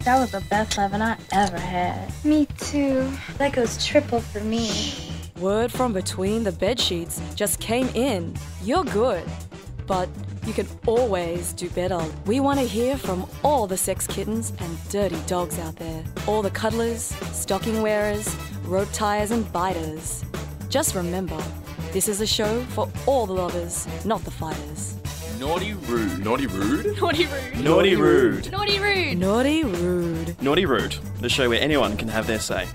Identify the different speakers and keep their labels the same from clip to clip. Speaker 1: That was the best loving I ever had.
Speaker 2: Me too. That goes triple for me.
Speaker 3: Word from between the bed sheets just came in. You're good. But you can always do better. We want to hear from all the sex kittens and dirty dogs out there. All the cuddlers, stocking wearers, rope tires, and biters. Just remember, this is a show for all the lovers, not the fighters.
Speaker 4: Naughty rude. Naughty rude.
Speaker 5: Naughty rude.
Speaker 6: Naughty Rude.
Speaker 5: Naughty rude.
Speaker 3: Naughty rude.
Speaker 6: Naughty Rude, the show where anyone can have their say.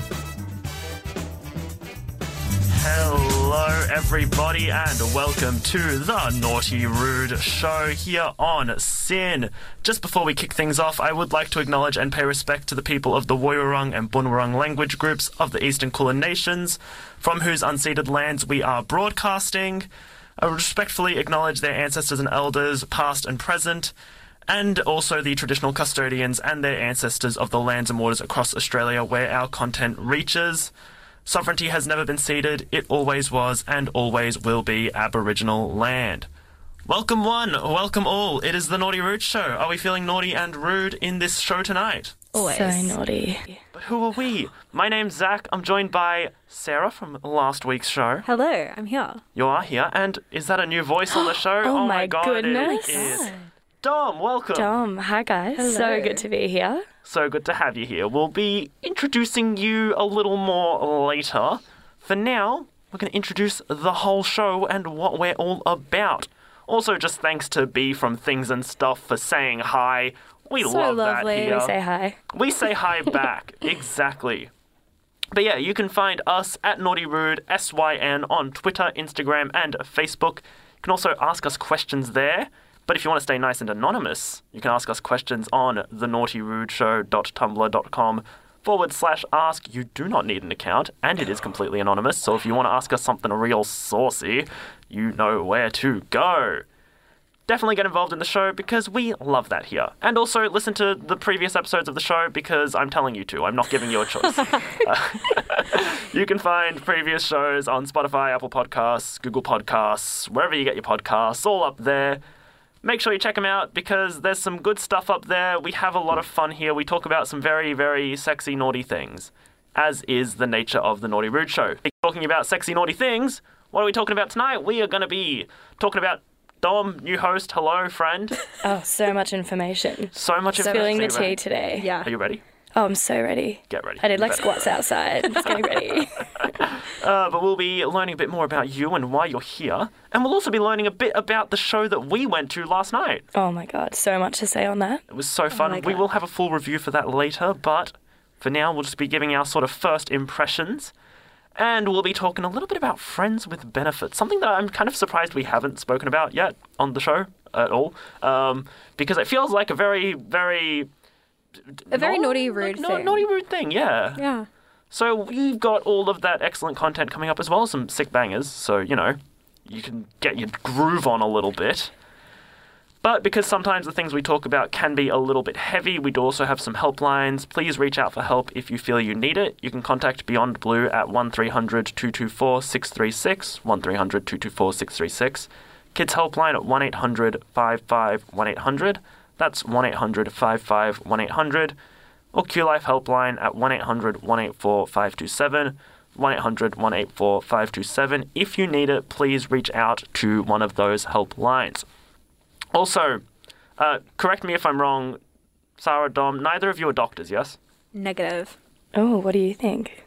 Speaker 7: Hello, everybody, and welcome to the Naughty Rude Show here on Sin. Just before we kick things off, I would like to acknowledge and pay respect to the people of the Woiwurrung and Bunwurrung language groups of the Eastern Kulin Nations, from whose unceded lands we are broadcasting. I respectfully acknowledge their ancestors and elders, past and present, and also the traditional custodians and their ancestors of the lands and waters across Australia where our content reaches. Sovereignty has never been ceded, it always was and always will be Aboriginal land. Welcome, one, welcome all. It is the Naughty Rude Show. Are we feeling naughty and rude in this show tonight?
Speaker 5: Always.
Speaker 1: So naughty.
Speaker 7: But who are we? My name's Zach. I'm joined by Sarah from last week's show.
Speaker 5: Hello, I'm here.
Speaker 7: You are here, and is that a new voice on the show?
Speaker 5: Oh my
Speaker 7: god,
Speaker 5: goodness.
Speaker 7: it is. Dom, welcome.
Speaker 5: Dom, Um, hi guys. So good to be here.
Speaker 7: So good to have you here. We'll be introducing you a little more later. For now, we're going to introduce the whole show and what we're all about. Also, just thanks to B from Things and Stuff for saying hi. We
Speaker 5: So
Speaker 7: love
Speaker 5: lovely.
Speaker 7: that here.
Speaker 5: We say hi.
Speaker 7: We say hi back. exactly. But yeah, you can find us at Naughty Rude SYN on Twitter, Instagram, and Facebook. You can also ask us questions there. But if you want to stay nice and anonymous, you can ask us questions on thenaughtyrudeShow.tumblr.com forward slash ask. You do not need an account, and it is completely anonymous. So if you want to ask us something real saucy, you know where to go definitely get involved in the show because we love that here. And also listen to the previous episodes of the show because I'm telling you to. I'm not giving you a choice. you can find previous shows on Spotify, Apple Podcasts, Google Podcasts, wherever you get your podcasts, all up there. Make sure you check them out because there's some good stuff up there. We have a lot of fun here. We talk about some very, very sexy, naughty things, as is the nature of the Naughty Rude Show. Talking about sexy, naughty things, what are we talking about tonight? We are going to be talking about Dom, new host. Hello, friend.
Speaker 5: Oh, so much information.
Speaker 7: So much of
Speaker 5: Spilling the tea today.
Speaker 7: Are you ready?
Speaker 5: Oh, I'm so ready.
Speaker 7: Get ready.
Speaker 5: I did like
Speaker 7: Better.
Speaker 5: squats outside. It's getting ready.
Speaker 7: Uh, but we'll be learning a bit more about you and why you're here, and we'll also be learning a bit about the show that we went to last night.
Speaker 5: Oh my god, so much to say on that.
Speaker 7: It was
Speaker 8: Oh
Speaker 7: so fun. we will have a full review for that later, but for now, we'll just be giving our sort of first impressions. And we'll be talking a little bit about friends with benefits, something that I'm kind of surprised we haven't spoken about yet on the show at all, um, because it feels like a very, very
Speaker 8: A very
Speaker 7: nau-
Speaker 8: naughty,
Speaker 7: like,
Speaker 8: rude
Speaker 7: na-
Speaker 8: thing.
Speaker 7: Naughty rude thing, yeah.
Speaker 8: Yeah.
Speaker 7: So we've got all of that excellent content coming up, as well as some sick bangers. So you know, you can get your groove on a little bit. But because sometimes the things we talk about can be a little bit heavy, we do also have some helplines. Please reach out for help if you feel you need it. You can contact Beyond Blue at 1300 224 636, 1300 224 636, Kids Helpline at 1 800 55 1800, that's 1 800 55 1800, or Q Life Helpline at 1 800 184 527. 1800 184 527. If you need it, please reach out to one of those helplines. Also, uh, correct me if I'm wrong, Sarah, Dom, neither of you are doctors, yes?
Speaker 8: Negative.
Speaker 5: Oh, what do you think?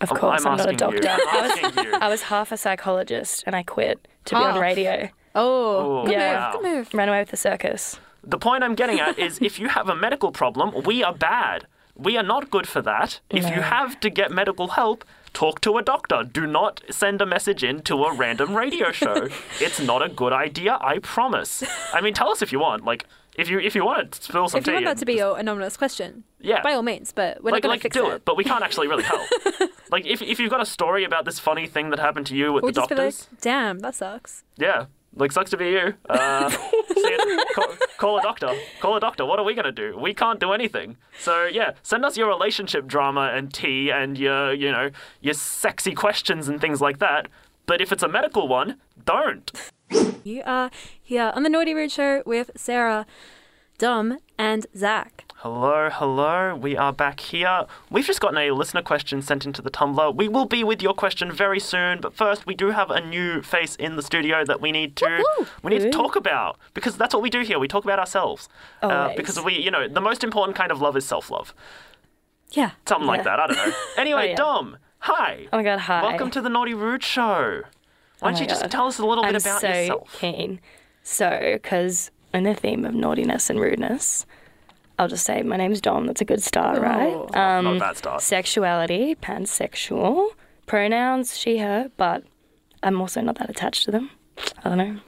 Speaker 5: Of course, I'm, not a
Speaker 7: asking
Speaker 5: doctor.
Speaker 7: You. I'm asking you.
Speaker 5: I was half a psychologist and I quit to be
Speaker 7: Ah.
Speaker 5: on
Speaker 8: Half.
Speaker 5: radio.
Speaker 8: Oh,
Speaker 7: Ooh,
Speaker 8: good
Speaker 7: wow.
Speaker 8: move. Good move.
Speaker 5: Ran away with the circus.
Speaker 7: The point I'm getting at is if you have a medical problem, we are bad. We are not good for that. If you
Speaker 5: No.
Speaker 7: have to get medical help, talk to a doctor. Do not send a message in to a random radio show. it's not a good idea, I promise. I mean, tell us if you want. Like, if you if you want to spill some
Speaker 8: If you
Speaker 7: tea
Speaker 8: want that
Speaker 7: and
Speaker 8: to be your anonymous question,
Speaker 7: Yeah.
Speaker 8: by all means, but we're
Speaker 7: like,
Speaker 8: not going
Speaker 7: like
Speaker 8: to fix
Speaker 7: do
Speaker 8: it.
Speaker 7: it. but we can't actually really help. like, if, if you've got a story about this funny thing that happened to you with
Speaker 8: we'll
Speaker 7: the
Speaker 8: just be
Speaker 7: doctors,
Speaker 8: like, damn, that sucks.
Speaker 7: yeah, like sucks to be you. Uh, see, call, call a doctor. Call a doctor. What are we gonna do? We can't do anything. So yeah, send us your relationship drama and tea and your you know your sexy questions and things like that. But if it's a medical one, don't.
Speaker 8: You are here on the Naughty Rude Show with Sarah, Dom, and Zach.
Speaker 7: Hello, hello. We are back here. We've just gotten a listener question sent into the Tumblr. We will be with your question very soon, but first we do have a new face in the studio that we need to we need to talk about because that's what we do here. We talk about ourselves. Uh,
Speaker 5: Always.
Speaker 7: because we, you know, the most important kind of love is self-love.
Speaker 5: Yeah. Oh,
Speaker 7: Something like that. I don't know. Anyway,
Speaker 5: yeah.
Speaker 7: Dom, hi.
Speaker 5: Oh my god, hi. Oh
Speaker 7: Welcome to the Naughty Rude Show. Why don't
Speaker 5: my
Speaker 7: you just
Speaker 5: God.
Speaker 7: tell us a little bit
Speaker 5: I'm
Speaker 7: about
Speaker 5: so
Speaker 7: yourself?
Speaker 5: keen. So, because in the theme of naughtiness and rudeness, I'll just say my name's Dom. That's a good
Speaker 7: Oh,
Speaker 5: start, right? Um,
Speaker 7: Not a bad start.
Speaker 5: Sexuality, pansexual, pronouns, she, her, but I'm also not that attached to them. I don't know.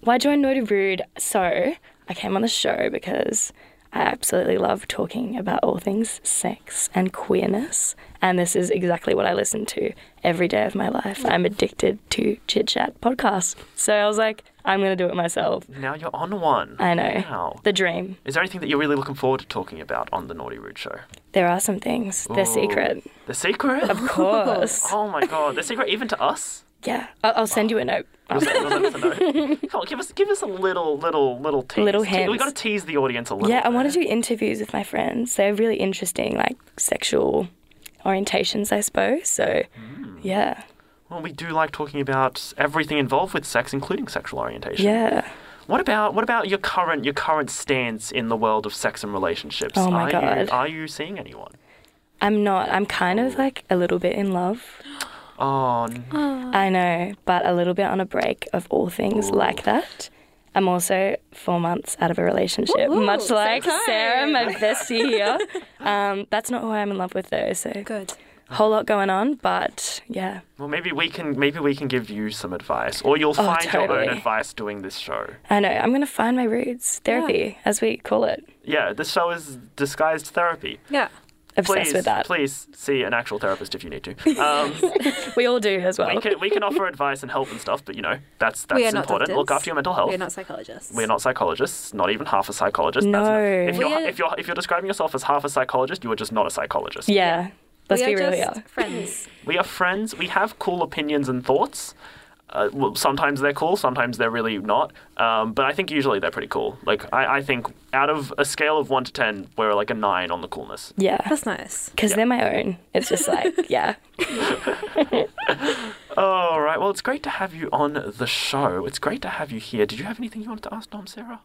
Speaker 5: Why join Naughty Rude? So, I came on the show because I absolutely love talking about all things sex and queerness, and this is exactly what I listen to every day of my life. I'm addicted to chit chat podcasts. So, I was like, I'm going to do it myself.
Speaker 7: Now you're on one.
Speaker 5: I know.
Speaker 7: Wow.
Speaker 5: The dream.
Speaker 7: Is there anything that you're really looking forward to talking about on the Naughty Rude Show?
Speaker 5: There are some things, they're secret.
Speaker 7: The secret?
Speaker 5: Of course.
Speaker 7: Oh my god, the secret even to us?
Speaker 5: Yeah, I'll, I'll send you a note.
Speaker 7: You'll let- you'll let us know. Come on, give us give us a little little little tease.
Speaker 5: Little
Speaker 7: Te- We
Speaker 5: hints.
Speaker 7: got to tease the audience a little.
Speaker 5: Yeah, I
Speaker 7: bit.
Speaker 5: want to do interviews with my friends. They're really interesting, like sexual orientations, I suppose. So,
Speaker 7: Mm.
Speaker 5: yeah,
Speaker 7: Well, we do like talking about everything involved with sex, including sexual orientation.
Speaker 5: yeah.
Speaker 7: What about what about your current your current stance in the world of sex and relationships?
Speaker 5: Oh
Speaker 7: are
Speaker 5: my
Speaker 7: You,
Speaker 5: God.
Speaker 7: are you seeing anyone?
Speaker 5: I'm not. I'm kind of like a little bit in love.
Speaker 7: Oh, n-
Speaker 5: I know, but a little bit on a break of all things like that. I'm also four months out of a relationship, much like Sarah, my bestie here. um, that's not who I'm in love with though. So,
Speaker 8: Good.
Speaker 5: whole lot going on, but yeah.
Speaker 7: well, maybe we can maybe we can give you some advice, or you'll find your own
Speaker 5: Oh, totally.
Speaker 7: advice doing this show.
Speaker 5: I know. I'm gonna find my roots. Therapy, as we call it.
Speaker 7: Yeah, this show is disguised therapy.
Speaker 8: Yeah.
Speaker 5: Obsessed
Speaker 7: Please,
Speaker 5: with that.
Speaker 7: please see an actual therapist if you need to. Um,
Speaker 5: We all do as well.
Speaker 7: we can we can offer advice and help and stuff, but you know that's that's
Speaker 8: we are not
Speaker 7: important.
Speaker 8: doctors.
Speaker 7: Look after your mental health.
Speaker 8: We're not psychologists.
Speaker 7: Oh. We're not psychologists, not even half a psychologist. That's
Speaker 5: No.
Speaker 7: not- if, you're,
Speaker 8: We are-
Speaker 7: if, you're, if you're describing yourself as half a psychologist, you are just not a psychologist.
Speaker 5: yeah. Let's
Speaker 8: we
Speaker 5: be
Speaker 8: are
Speaker 5: real.
Speaker 8: just
Speaker 5: yeah.
Speaker 8: friends.
Speaker 7: We are friends. We have cool opinions and thoughts. Uh, well, sometimes they're cool, sometimes they're really not. Um, but I think usually they're pretty cool. Like, I, I think out of a scale of 1 to 10, we're like a 9 on the coolness.
Speaker 5: Yeah.
Speaker 8: That's nice.
Speaker 5: Because they're my own. It's just like, yeah.
Speaker 7: All right. Well, it's great to have you on the show. It's great to have you here. Did you have anything you wanted to ask Dom Sarah?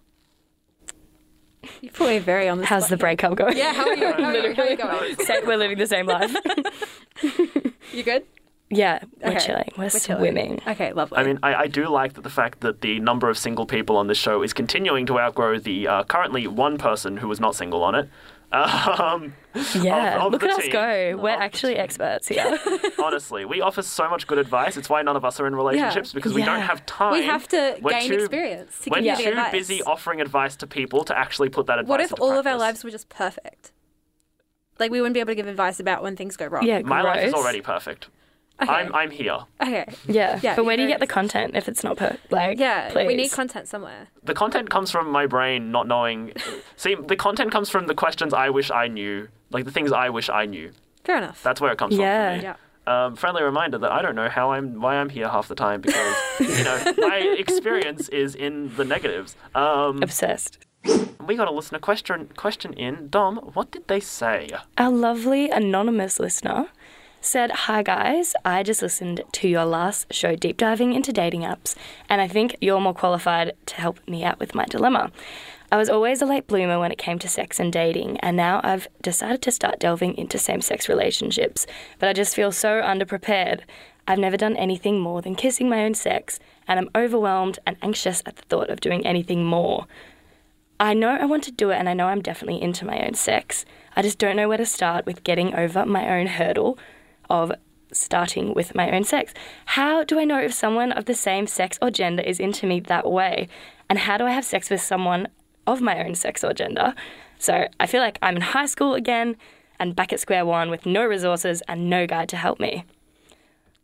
Speaker 8: You put me very on the
Speaker 5: How's the
Speaker 8: spot.
Speaker 5: breakup going?
Speaker 8: Yeah, how are you? How are you, how are you going?
Speaker 5: Same- We're living the same life.
Speaker 8: You good?
Speaker 5: yeah. We're
Speaker 8: Okay.
Speaker 5: chilling. We're,
Speaker 8: We're chilling.
Speaker 5: swimming.
Speaker 8: Okay, lovely.
Speaker 7: I mean, I, I do like that the fact that the number of single people on this show is continuing to outgrow the uh, currently one person who was not single on it. Um,
Speaker 5: Yeah.
Speaker 7: Of- of
Speaker 5: Look
Speaker 7: the
Speaker 5: at us
Speaker 7: team.
Speaker 5: go. We're
Speaker 7: Of the
Speaker 5: actually
Speaker 7: team.
Speaker 5: experts here.
Speaker 7: honestly, we offer so much good advice. It's why none of us are in relationships because we
Speaker 5: Yeah.
Speaker 7: don't have time.
Speaker 8: we have to
Speaker 7: We're
Speaker 8: gain
Speaker 7: too-
Speaker 8: experience to
Speaker 7: We're
Speaker 8: give you the
Speaker 7: too
Speaker 8: advice.
Speaker 7: busy offering advice to people to actually put that advice.
Speaker 8: What if
Speaker 7: into
Speaker 8: all of our
Speaker 7: practice.
Speaker 8: lives were just perfect? Like we wouldn't be able to give advice about when things go wrong.
Speaker 5: yeah.
Speaker 7: My life is
Speaker 5: gross.
Speaker 7: already perfect. I'm I'm here.
Speaker 8: Okay.
Speaker 5: Yeah.
Speaker 8: Yeah,
Speaker 5: But where do you
Speaker 8: you're
Speaker 5: get the content if it's not per like?
Speaker 8: Yeah.
Speaker 5: Please.
Speaker 8: We need content somewhere.
Speaker 7: The content comes from my brain not knowing. See, the content comes from the questions I wish I knew, like the things I wish I knew.
Speaker 8: Fair enough.
Speaker 7: That's where it comes
Speaker 5: Yeah.
Speaker 7: from. For me.
Speaker 8: yeah.
Speaker 7: Um, friendly reminder that I don't know how I'm why I'm here half the time because you know my experience is in the negatives. Um,
Speaker 5: Obsessed.
Speaker 7: we got a listener question question in Dom. What did they say?
Speaker 5: Our lovely anonymous listener said, Hi guys, I just listened to your last show, Deep Diving into Dating Apps, and I think you're more qualified to help me out with my dilemma. I was always a late bloomer when it came to sex and dating, and now I've decided to start delving into same sex relationships, but I just feel so underprepared. I've never done anything more than kissing my own sex, and I'm overwhelmed and anxious at the thought of doing anything more. I know I want to do it and I know I'm definitely into my own sex. I just don't know where to start with getting over my own hurdle of starting with my own sex. How do I know if someone of the same sex or gender is into me that way? And how do I have sex with someone of my own sex or gender? So I feel like I'm in high school again and back at square one with no resources and no guide to help me.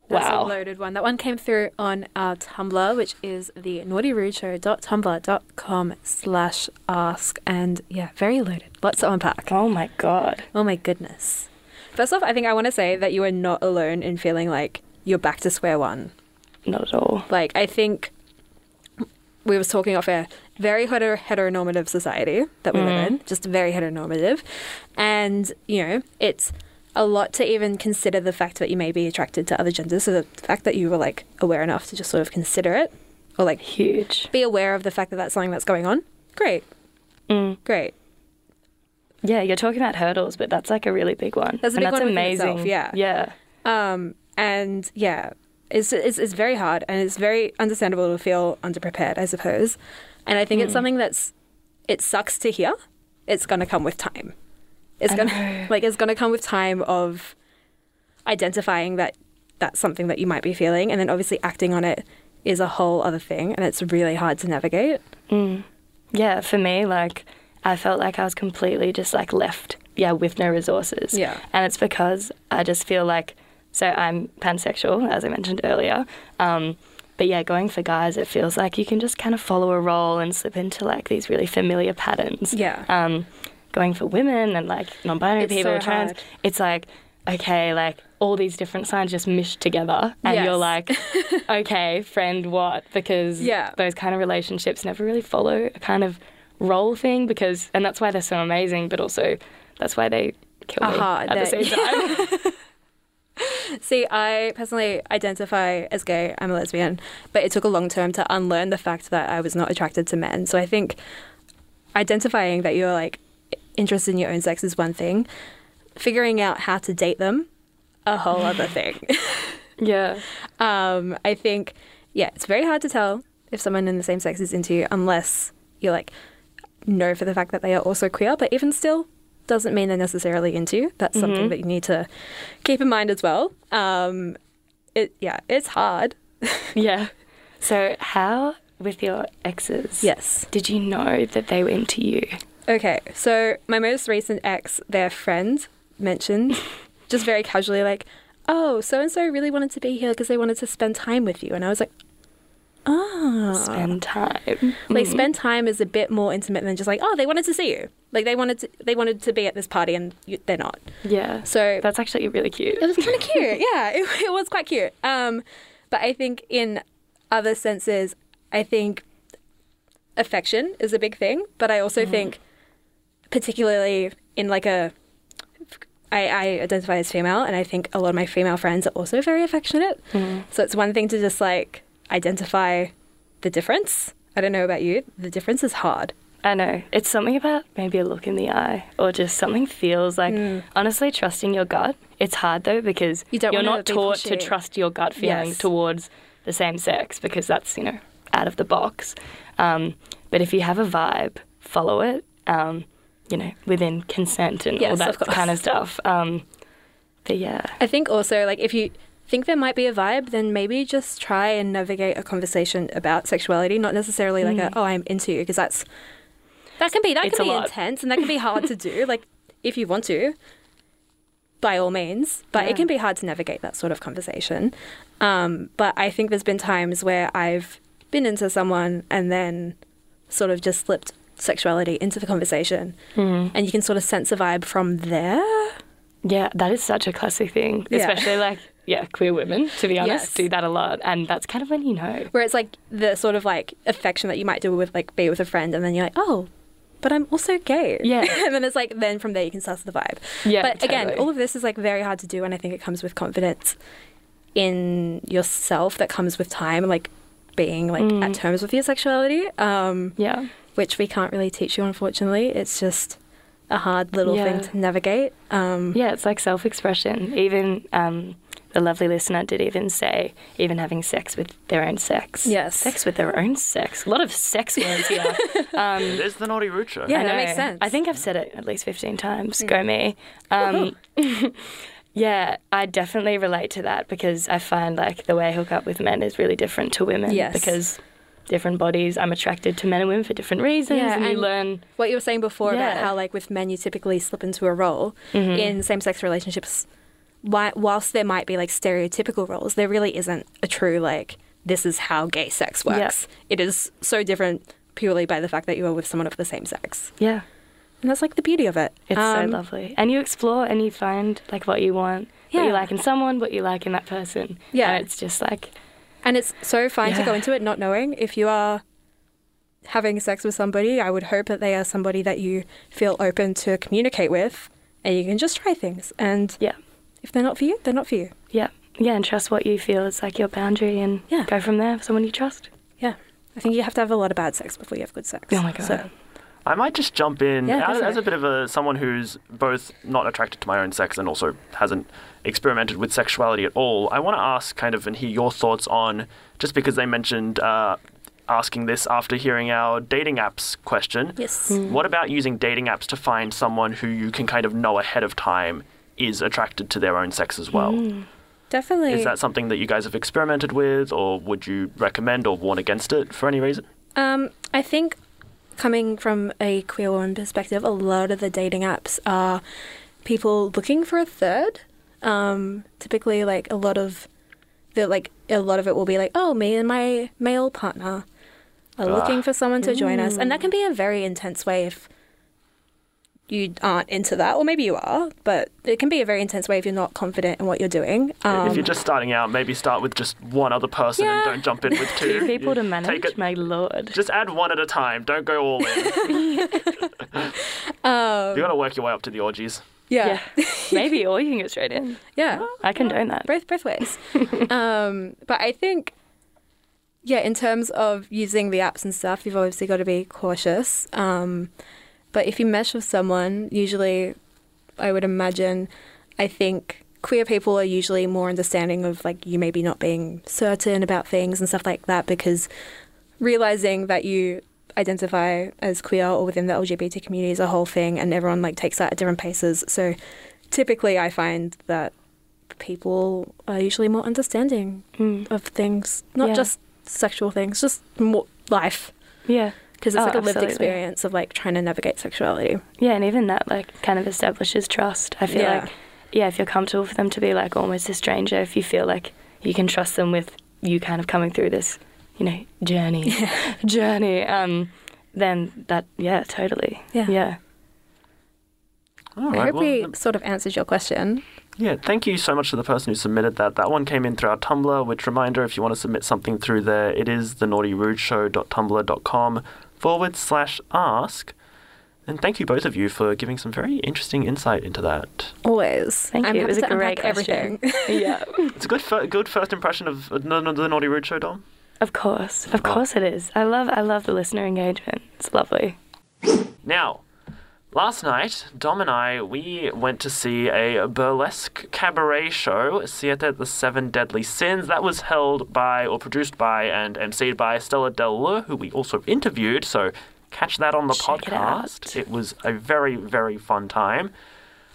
Speaker 8: That's
Speaker 5: wow.
Speaker 8: a loaded one. That one came through on our Tumblr, which is the naughtyrudeShow.tumblr.com slash ask. And yeah, very loaded. Lots to unpack.
Speaker 5: Oh my God.
Speaker 8: Oh my goodness. First off, I think I want to say that you are not alone in feeling like you're back to square one.
Speaker 5: Not at all.
Speaker 8: Like, I think we was talking off air very hetero- heteronormative society that we live in, just very heteronormative. And, you know, it's a lot to even consider the fact that you may be attracted to other genders. So the fact that you were like aware enough to just sort of consider it or like
Speaker 5: Huge.
Speaker 8: be aware of the fact that that's something that's going on, great. Great.
Speaker 5: Yeah, you're talking about hurdles, but that's like a really big one.
Speaker 8: That's a
Speaker 5: and
Speaker 8: big
Speaker 5: that's
Speaker 8: one within
Speaker 5: amazing.
Speaker 8: itself, yeah.
Speaker 5: Yeah.
Speaker 8: Um, and yeah, it's, it's it's very hard, and it's very understandable to feel underprepared, I suppose. And I think it's something that's it sucks to hear. It's gonna come with time. It's gonna like it's gonna come with time of identifying that that's something that you might be feeling, and then obviously acting on it is a whole other thing, and it's really hard to navigate.
Speaker 5: Yeah, for me, like, I felt like I was completely just like left, yeah, with no resources.
Speaker 8: Yeah.
Speaker 5: And it's because I just feel like, so I'm pansexual, as I mentioned earlier. Um, but yeah, going for guys, it feels like you can just kind of follow a role and slip into like these really familiar patterns.
Speaker 8: Yeah.
Speaker 5: Um, going for women and like non binary
Speaker 8: It's
Speaker 5: people,
Speaker 8: so
Speaker 5: trans,
Speaker 8: hard.
Speaker 5: it's like, okay, like all these different signs just mished together. And
Speaker 8: Yes.
Speaker 5: you're like, okay, friend, what? Because
Speaker 8: Yeah.
Speaker 5: those kind of relationships never really follow a kind of role thing because, and that's why they're so amazing, but also that's why they kill me
Speaker 8: Aha,
Speaker 5: at the
Speaker 8: they-
Speaker 5: same time.
Speaker 8: See, I personally identify as gay. I'm a lesbian, but it took a long term to unlearn the fact that I was not attracted to men. So I think identifying that you're like interested in your own sex is one thing. Figuring out how to date them, a whole other thing.
Speaker 5: yeah.
Speaker 8: Um, I think, yeah, it's very hard to tell if someone in the same sex is into you unless you like know for the fact that they are also queer. But even still, doesn't mean they're necessarily into you. That's something that you need to keep in mind as well. Um, it yeah, it's hard.
Speaker 5: Yeah. So, how with your exes?
Speaker 8: Yes.
Speaker 5: Did you know that they were into you?
Speaker 8: Okay, so my most recent ex, their friend, mentioned just very casually, like, oh, so and so really wanted to be here because they wanted to spend time with you. And I was like, oh.
Speaker 5: Spend time.
Speaker 8: like spend time is a bit more intimate than just like oh they wanted to see you like they wanted to they wanted to be at this party and you, they're not
Speaker 5: Yeah.
Speaker 8: so
Speaker 5: that's actually really cute.
Speaker 8: it was kind of cute yeah it, it was quite cute um but i think in other senses i think affection is a big thing but i also think particularly in like a I, I identify as female and i think a lot of my female friends are also very affectionate so it's one thing to just like identify the difference i don't know about you the difference is hard
Speaker 5: I know. It's something about maybe a look in the eye or just something feels like honestly trusting your gut. It's hard though because
Speaker 8: Mm. You don't
Speaker 5: you're
Speaker 8: wanna
Speaker 5: not
Speaker 8: be
Speaker 5: taught to
Speaker 8: pushy.
Speaker 5: trust your gut feeling
Speaker 8: Yes.
Speaker 5: towards the same sex because that's, you know, out of the box. Um, but if you have a vibe, follow it, um, you know, within consent and all
Speaker 8: Yes,
Speaker 5: that
Speaker 8: of course.
Speaker 5: kind of stuff. Um, but yeah.
Speaker 8: I think also like if you think there might be a vibe, then maybe just try and navigate a conversation about sexuality, not necessarily like a oh I'm into you because that's that can be that
Speaker 5: It's
Speaker 8: can
Speaker 5: a
Speaker 8: be
Speaker 5: lot.
Speaker 8: intense and that can be hard to do. Like if you want to, by all means, but it can be hard to navigate that sort of conversation. Um, but I think there's been times where I've been into someone and then sort of just slipped sexuality into the conversation and you can sort of sense a vibe from there
Speaker 5: Yeah, that is such a classic thing,
Speaker 8: Yeah.
Speaker 5: especially like, yeah, queer women, to be honest,
Speaker 8: Yes.
Speaker 5: do that a lot. And that's kind of when you know.
Speaker 8: where it's like the sort of like affection that you might do with like be with a friend and then you're like oh but i'm also gay
Speaker 5: Yeah.
Speaker 8: and then it's like then from there you can suss the vibe
Speaker 5: Yeah,
Speaker 8: but again
Speaker 5: totally.
Speaker 8: all of this is like very hard to do and i think it comes with confidence in yourself that comes with time like being like at terms with your sexuality um
Speaker 5: Mm. Yeah.
Speaker 8: which we can't really teach you unfortunately it's just a hard little
Speaker 5: Yeah.
Speaker 8: thing to navigate um
Speaker 5: Yeah, it's like self expression. Even um, the lovely listener did even say, even having sex with their own sex.
Speaker 8: Yes.
Speaker 5: Sex with their own sex. A lot of sex words here. Um,
Speaker 7: There's the naughty root show.
Speaker 8: yeah
Speaker 5: I
Speaker 8: that
Speaker 5: know.
Speaker 8: makes sense Mm.
Speaker 5: I think I've said it at least 15 times. Go me. Um, yeah, I definitely relate to that because I find like the way I hook up with men is really different to women.
Speaker 8: Yes.
Speaker 5: Because different bodies, I'm attracted to men and women for different reasons.
Speaker 8: Yeah,
Speaker 5: and, you
Speaker 8: and-
Speaker 5: learn.
Speaker 8: what you were saying before about
Speaker 5: Yeah. Mm-hmm.
Speaker 8: how like with men you typically slip into a role in same-sex relationships whi- whilst there might be like stereotypical roles there really isn't a true like this is how gay sex
Speaker 5: Yeah.
Speaker 8: works it is so different purely by the fact that you are with someone of the same sex
Speaker 5: Yeah.
Speaker 8: and that's like the beauty of it
Speaker 5: It's
Speaker 8: Um,
Speaker 5: so lovely. And you explore and you find like what you want, what
Speaker 8: Yeah.
Speaker 5: you like in someone, what you like in that person.
Speaker 8: Yeah.
Speaker 5: And it's just like,
Speaker 8: and it's so fine to go
Speaker 5: Yeah.
Speaker 8: into it not knowing if you are having sex with somebody, I would hope that they are somebody that you feel open to communicate with and you can just try things. And
Speaker 5: Yeah.
Speaker 8: if they're not for you, they're not for you.
Speaker 5: Yeah. Yeah, and trust what you feel is like your boundary and
Speaker 8: Yeah.
Speaker 5: go from there. Someone you trust.
Speaker 8: Yeah. I think you have to have a lot of bad sex before you have good sex.
Speaker 5: Oh my God.
Speaker 8: So,
Speaker 7: I might just jump in
Speaker 8: Yeah, go
Speaker 7: as,
Speaker 8: for
Speaker 7: as
Speaker 8: it.
Speaker 7: a bit of a someone who's both not attracted to my own sex and also hasn't experimented with sexuality at all. I want to ask kind of and hear your thoughts on just because they mentioned uh, asking this after hearing our dating apps question.
Speaker 8: Yes.
Speaker 7: What about using dating apps to find someone who you can kind of know ahead of time is attracted to their own sex as well?
Speaker 8: Hmm. definitely.
Speaker 7: Is that something that you guys have experimented with, or would you recommend or warn against it for any reason?
Speaker 8: Um, I think coming from a queer woman perspective, a lot of the dating apps are people looking for a third. Um, typically, like a lot of the like a lot of it will be like, oh, me and my male partner are
Speaker 7: Ah.
Speaker 8: looking for someone to join us, and that can be a very intense way if you aren't into that, or maybe you are, but it can be a very intense way if you're not confident in what you're doing. Um,
Speaker 7: if you're just starting out, maybe start with just one other person
Speaker 8: Yeah.
Speaker 7: and don't jump in with two.
Speaker 5: Two people to
Speaker 7: Take
Speaker 5: manage,
Speaker 7: it-
Speaker 5: my lord.
Speaker 7: just add one at a time. Don't go all in. you
Speaker 8: Um,
Speaker 7: got to work your way up to the orgies.
Speaker 5: Yeah. Maybe, or you can go straight in.
Speaker 8: yeah.
Speaker 5: I condone that.
Speaker 8: both both ways. um, but I think, yeah, in terms of using the apps and stuff, you've obviously got to be cautious. Um, but if you mesh with someone, usually, I would imagine, I think queer people are usually more understanding of like you maybe not being certain about things and stuff like that because realizing that you identify as queer or within the LGBT community is a whole thing, and everyone like takes that at different paces. So typically, I find that people are usually more understanding of things, not
Speaker 5: Yeah.
Speaker 8: just sexual things, just more life.
Speaker 5: Yeah.
Speaker 8: Because it's
Speaker 5: Oh,
Speaker 8: like a lived
Speaker 5: absolutely.
Speaker 8: experience of like trying to navigate sexuality.
Speaker 5: Yeah, and even that like kind of establishes trust. I feel
Speaker 8: Yeah.
Speaker 5: like yeah, if you're comfortable for them to be like almost a stranger, if you feel like you can trust them with you kind of coming through this, you know, journey. journey. Um then that yeah, totally.
Speaker 8: Yeah.
Speaker 5: Yeah.
Speaker 7: All
Speaker 8: Oh, I
Speaker 7: right.
Speaker 8: hope
Speaker 7: well, um,
Speaker 8: we sort of answered your question.
Speaker 7: Yeah, thank you so much to the person who submitted that. That one came in through our Tumblr, which reminder if you want to submit something through there, it is the naughtyrudeshow.tumblr.com forward slash ask. And thank you both of you for giving some very interesting insight into that.
Speaker 8: Always.
Speaker 5: Thank
Speaker 8: I'm
Speaker 5: you.
Speaker 8: happy
Speaker 5: It was a
Speaker 8: to
Speaker 5: great
Speaker 8: unpack
Speaker 5: question.
Speaker 8: everything.
Speaker 5: yeah.
Speaker 7: It's a good fir- good first impression of uh, the, the Naughty Rude Show, Dom.
Speaker 5: Of course. Of course it is. I love I love the listener engagement. It's lovely.
Speaker 7: Now, last night, Dom and I, we went to see a burlesque cabaret show, Siete the Seven Deadly Sins, that was held by, or produced by, and emceed by Stella Del Lur, who we also interviewed, so catch that on the
Speaker 5: Check it out.
Speaker 7: podcast. It, was a very, very fun time.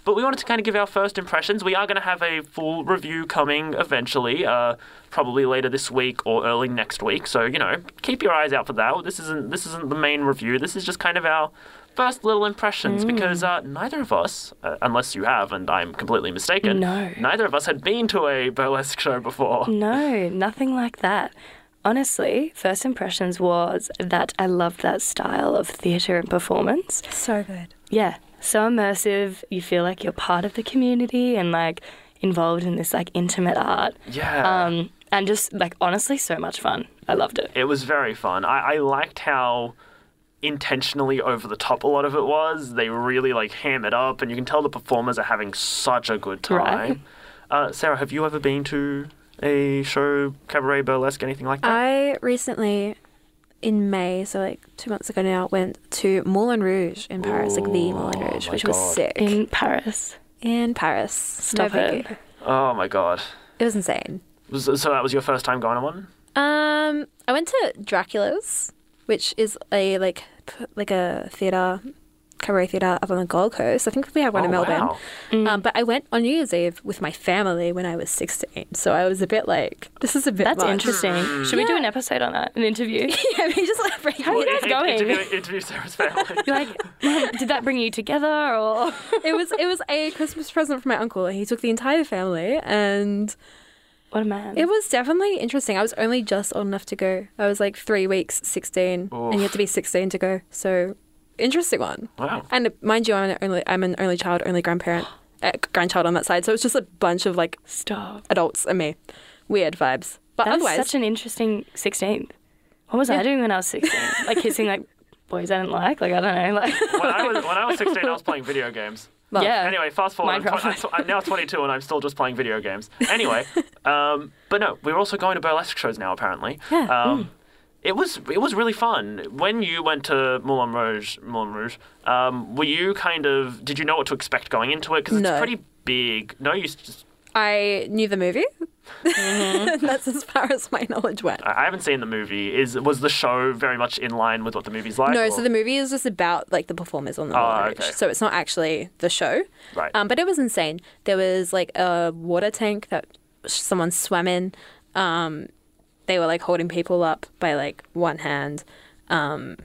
Speaker 7: But we wanted to kind of give our first impressions. We are going to have a full review coming eventually, uh, probably later this week or early next week. So you know, keep your eyes out for that. This isn't this isn't the main review. This is just kind of our first little impressions
Speaker 5: Mm.
Speaker 7: because uh, neither of us, uh, unless you have, and I'm completely mistaken,
Speaker 5: No.
Speaker 7: neither of us had been to a burlesque show before.
Speaker 5: No, nothing like that. Honestly, first impressions was that I loved that style of theatre and performance.
Speaker 8: so good.
Speaker 5: yeah, so immersive. You feel like you're part of the community and like involved in this like intimate art.
Speaker 7: Yeah.
Speaker 5: Um, and just like honestly, so much fun. I loved it.
Speaker 7: It was very fun. I, I liked how intentionally over the top a lot of it was. They really like ham it up, and you can tell the performers are having such a good time.
Speaker 5: Right.
Speaker 7: Uh, Sarah, have you ever been to a show, cabaret, burlesque, anything like that?
Speaker 8: I recently, in May, so like two months ago now, went to Moulin Rouge in Paris, like the Moulin Rouge, which was sick. In,
Speaker 5: oh In Paris.
Speaker 8: Paris.
Speaker 5: Stop it.
Speaker 8: thank you.
Speaker 7: oh my god.
Speaker 8: It was insane.
Speaker 7: Was, so that was your first time going to one?
Speaker 8: Um, I went to Dracula's, which is a like p- like a theater, cabaret theater up on the Gold Coast. I think we had one in
Speaker 7: Oh,
Speaker 8: Melbourne.
Speaker 7: wow.
Speaker 5: Mm.
Speaker 8: Um, but I went on New Year's Eve with my family when I was sixteen, so I was a bit like, this is a bit.
Speaker 5: That's
Speaker 8: much.
Speaker 5: interesting. Should we do an episode on that? An interview?
Speaker 8: yeah, we just like break
Speaker 5: How are you guys
Speaker 7: In- Interview,
Speaker 5: going?
Speaker 7: interview Sarah's family.
Speaker 5: You're like, "Mum, did that bring you together or?
Speaker 8: it was it was a Christmas present from my uncle, and he took the entire family, and
Speaker 5: What a man.
Speaker 8: it was definitely interesting. I was only just old enough to go. I was like three weeks, sixteen, and you had to be sixteen to go. So interesting one.
Speaker 7: Wow.
Speaker 8: And uh, mind you, I'm an only I'm an only child, only grandparent, uh, grandchild on that side. So it's just a bunch of like
Speaker 5: Stop.
Speaker 8: adults and me. Weird vibes, but
Speaker 5: That's
Speaker 8: otherwise,
Speaker 5: such an interesting 16th. What was I doing when I was 16? like kissing like boys I didn't like. Like I don't know. Like
Speaker 7: When I was when I was 16, I was playing video games.
Speaker 5: yeah.
Speaker 7: Anyway, fast forward. I'm, tw-
Speaker 5: Minecraft.
Speaker 7: I'm, tw- I'm now 22 and I'm still just playing video games. Anyway, um, but no, we're also going to burlesque shows now. Apparently,
Speaker 5: Yeah,
Speaker 7: Um, It was it was really fun. When you went to Moulin Rouge, Moulin Rouge, um, were you kind of did you know what to expect going into it? Because it's
Speaker 8: No.
Speaker 7: pretty big. No, you. s- Just,
Speaker 8: I knew the movie.
Speaker 5: Mm-hmm.
Speaker 8: That's as far as my knowledge went.
Speaker 7: I I haven't seen the movie. Is was the show very much in line with what the movie's like?
Speaker 8: No,
Speaker 7: or-
Speaker 8: so the movie is just about like the performers on the
Speaker 7: Oh,
Speaker 8: Moulin Rouge.
Speaker 7: okay.
Speaker 8: So it's not actually the show.
Speaker 7: Right.
Speaker 8: Um, but it was insane. There was like a water tank that someone swam in. Um, they were like holding people up by like one hand. Um,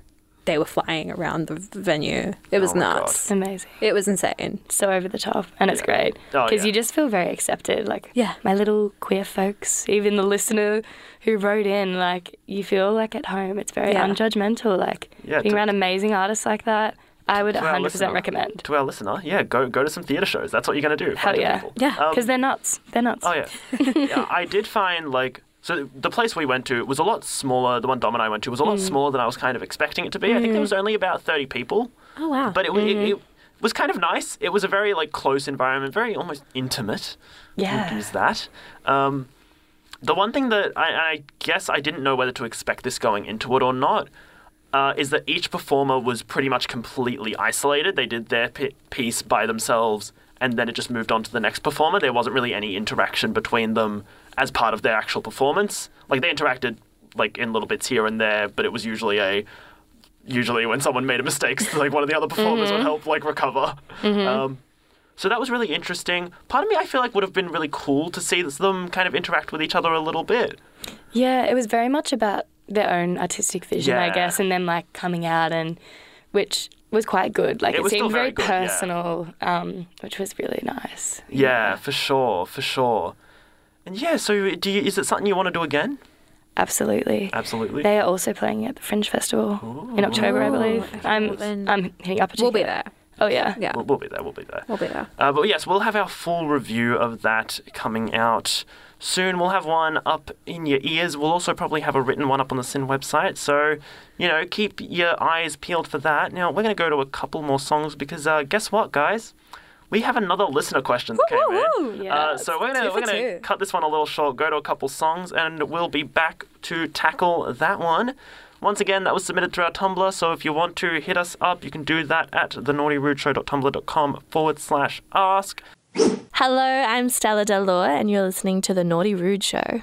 Speaker 8: they were flying around the venue. It was
Speaker 7: Oh my God.
Speaker 8: nuts.
Speaker 5: amazing.
Speaker 8: It was insane.
Speaker 5: So over the top, and it's great
Speaker 7: Oh,
Speaker 5: because
Speaker 7: yeah.
Speaker 5: you just feel very accepted. Like
Speaker 8: Yeah.
Speaker 5: my little queer folks, even the listener who wrote in, like you feel like at home. It's very
Speaker 8: Yeah.
Speaker 5: unjudgmental. Like
Speaker 7: Yeah,
Speaker 5: being
Speaker 7: to-
Speaker 5: around amazing artists like that, I would
Speaker 7: To our listener.
Speaker 5: 100% recommend.
Speaker 7: to our listener, yeah, go go to some theatre shows. That's what you're gonna do.
Speaker 5: Hell
Speaker 7: Find the
Speaker 5: yeah.
Speaker 7: people.
Speaker 8: Yeah,
Speaker 7: Um,
Speaker 5: Because they're nuts. They're nuts.
Speaker 7: Oh yeah. yeah, I did find like so the place we went to was a lot smaller. The one Dom and I went to was a lot smaller than I was kind of expecting it to be. I think there was only about thirty people,
Speaker 8: Oh wow.
Speaker 7: but it, wa- it, it was kind of nice. It was a very like close environment, very almost intimate.
Speaker 5: Yeah.
Speaker 7: We'd use that. Um, the one thing that I, I guess I didn't know whether to expect this going into it or not uh, is that each performer was pretty much completely isolated. They did their pi piece by themselves, and then it just moved on to the next performer. There wasn't really any interaction between them as part of their actual performance. Like they interacted like in little bits here and there, but it was usually a usually when someone made a mistake, like one of the other performers would help like recover. Um, so that was really interesting. Part of me, I feel like, would have been really cool to see them kind of interact with each other a little bit.
Speaker 5: Yeah, it was very much about their own artistic vision, I
Speaker 7: Yeah.
Speaker 5: guess, and them like coming out and which was quite good. Like
Speaker 7: It
Speaker 5: it,
Speaker 7: was still
Speaker 5: seemed very,
Speaker 7: very good, yeah.
Speaker 5: personal, um, which was really nice.
Speaker 7: Yeah, for sure, for sure. And yeah, so do you, is it something you want to do again?
Speaker 5: Absolutely.
Speaker 7: Absolutely.
Speaker 5: They are also playing at the Fringe Festival in October, I believe. I'm
Speaker 8: then
Speaker 5: I'm hitting up a
Speaker 8: we'll be
Speaker 5: ticket.
Speaker 8: there.
Speaker 5: Oh yeah.
Speaker 8: Yeah.
Speaker 7: We'll, we'll be there. We'll be there.
Speaker 8: We'll be there.
Speaker 7: Uh, but yes, we'll have our full review of that coming out soon. We'll have one up in your ears. We'll also probably have a written one up on the Sin website. So, you know, keep your eyes peeled for that. Now, we're going to go to a couple more songs because uh, guess what, guys? We have another listener question that came
Speaker 8: woo,
Speaker 7: in.
Speaker 8: woo.
Speaker 7: Uh, so we're
Speaker 8: Two
Speaker 7: gonna
Speaker 8: for
Speaker 7: we're gonna
Speaker 8: two.
Speaker 7: cut this one a little short, go to a couple songs, and we'll be back to tackle that one. Once again, that was submitted through our Tumblr, so if you want to hit us up, you can do that at thenaughtyrudeshow.tumblr.com forward slash ask.
Speaker 1: Hello, I'm Stella Delore, and you're listening to The Naughty Rude Show.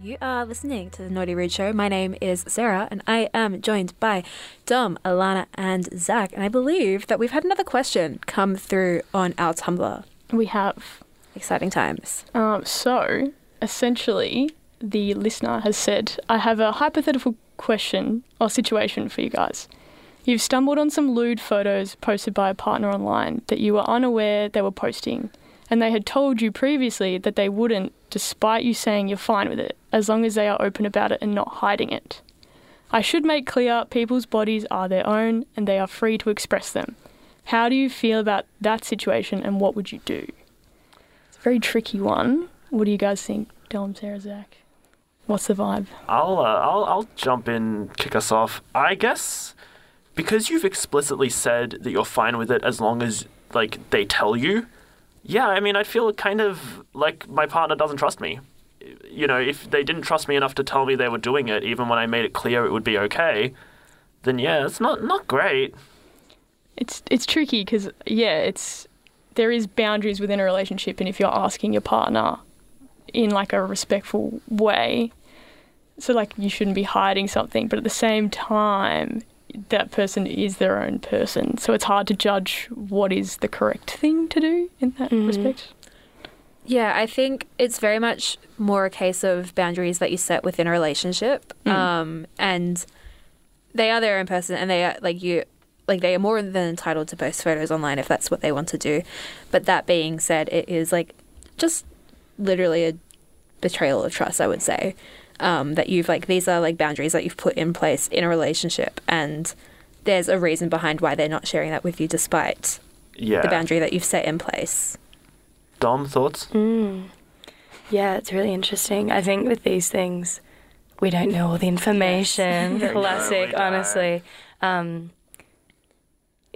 Speaker 8: You are listening to the Naughty Rude Show. My name is Sarah, and I am joined by Dom, Alana, and Zach. And I believe that we've had another question come through on our Tumblr.
Speaker 9: We have.
Speaker 8: Exciting times.
Speaker 9: Um, so, essentially, the listener has said, I have a hypothetical question or situation for you guys. You've stumbled on some lewd photos posted by a partner online that you were unaware they were posting, and they had told you previously that they wouldn't, despite you saying you're fine with it, as long as they are open about it and not hiding it. I should make clear people's bodies are their own and they are free to express them. How do you feel about that situation and what would you do? It's a very tricky one. What do you guys think, Dom, Sarah, Zach? What's the vibe?
Speaker 7: I'll, uh, I'll I'll jump in, kick us off. I guess because you've explicitly said that you're fine with it as long as like they tell you. Yeah, I mean, I'd feel kind of like my partner doesn't trust me. You know, if they didn't trust me enough to tell me they were doing it, even when I made it clear it would be okay, then yeah, it's not not great.
Speaker 9: It's it's tricky because yeah, it's there is boundaries within a relationship, and if you're asking your partner in like a respectful way, so like you shouldn't be hiding something, but at the same time, that person is their own person, so it's hard to judge what is the correct thing to do in that respect.
Speaker 8: Yeah, I think it's very much more a case of boundaries that you set within a relationship. Um, and they are their own person, and they are like you, like they are more than entitled to post photos online if that's what they want to do. But that being said, it is like just literally a betrayal of trust, I would say. Um, that you've like these are like boundaries that you've put in place in a relationship, and there's a reason behind why they're not sharing that with you, despite
Speaker 7: Yeah.
Speaker 8: the boundary that you've set in place.
Speaker 7: Dom thoughts?
Speaker 5: Mm. Yeah, it's really interesting. I think with these things, we don't know all the information. Classic,
Speaker 7: we don't.
Speaker 5: honestly. Um,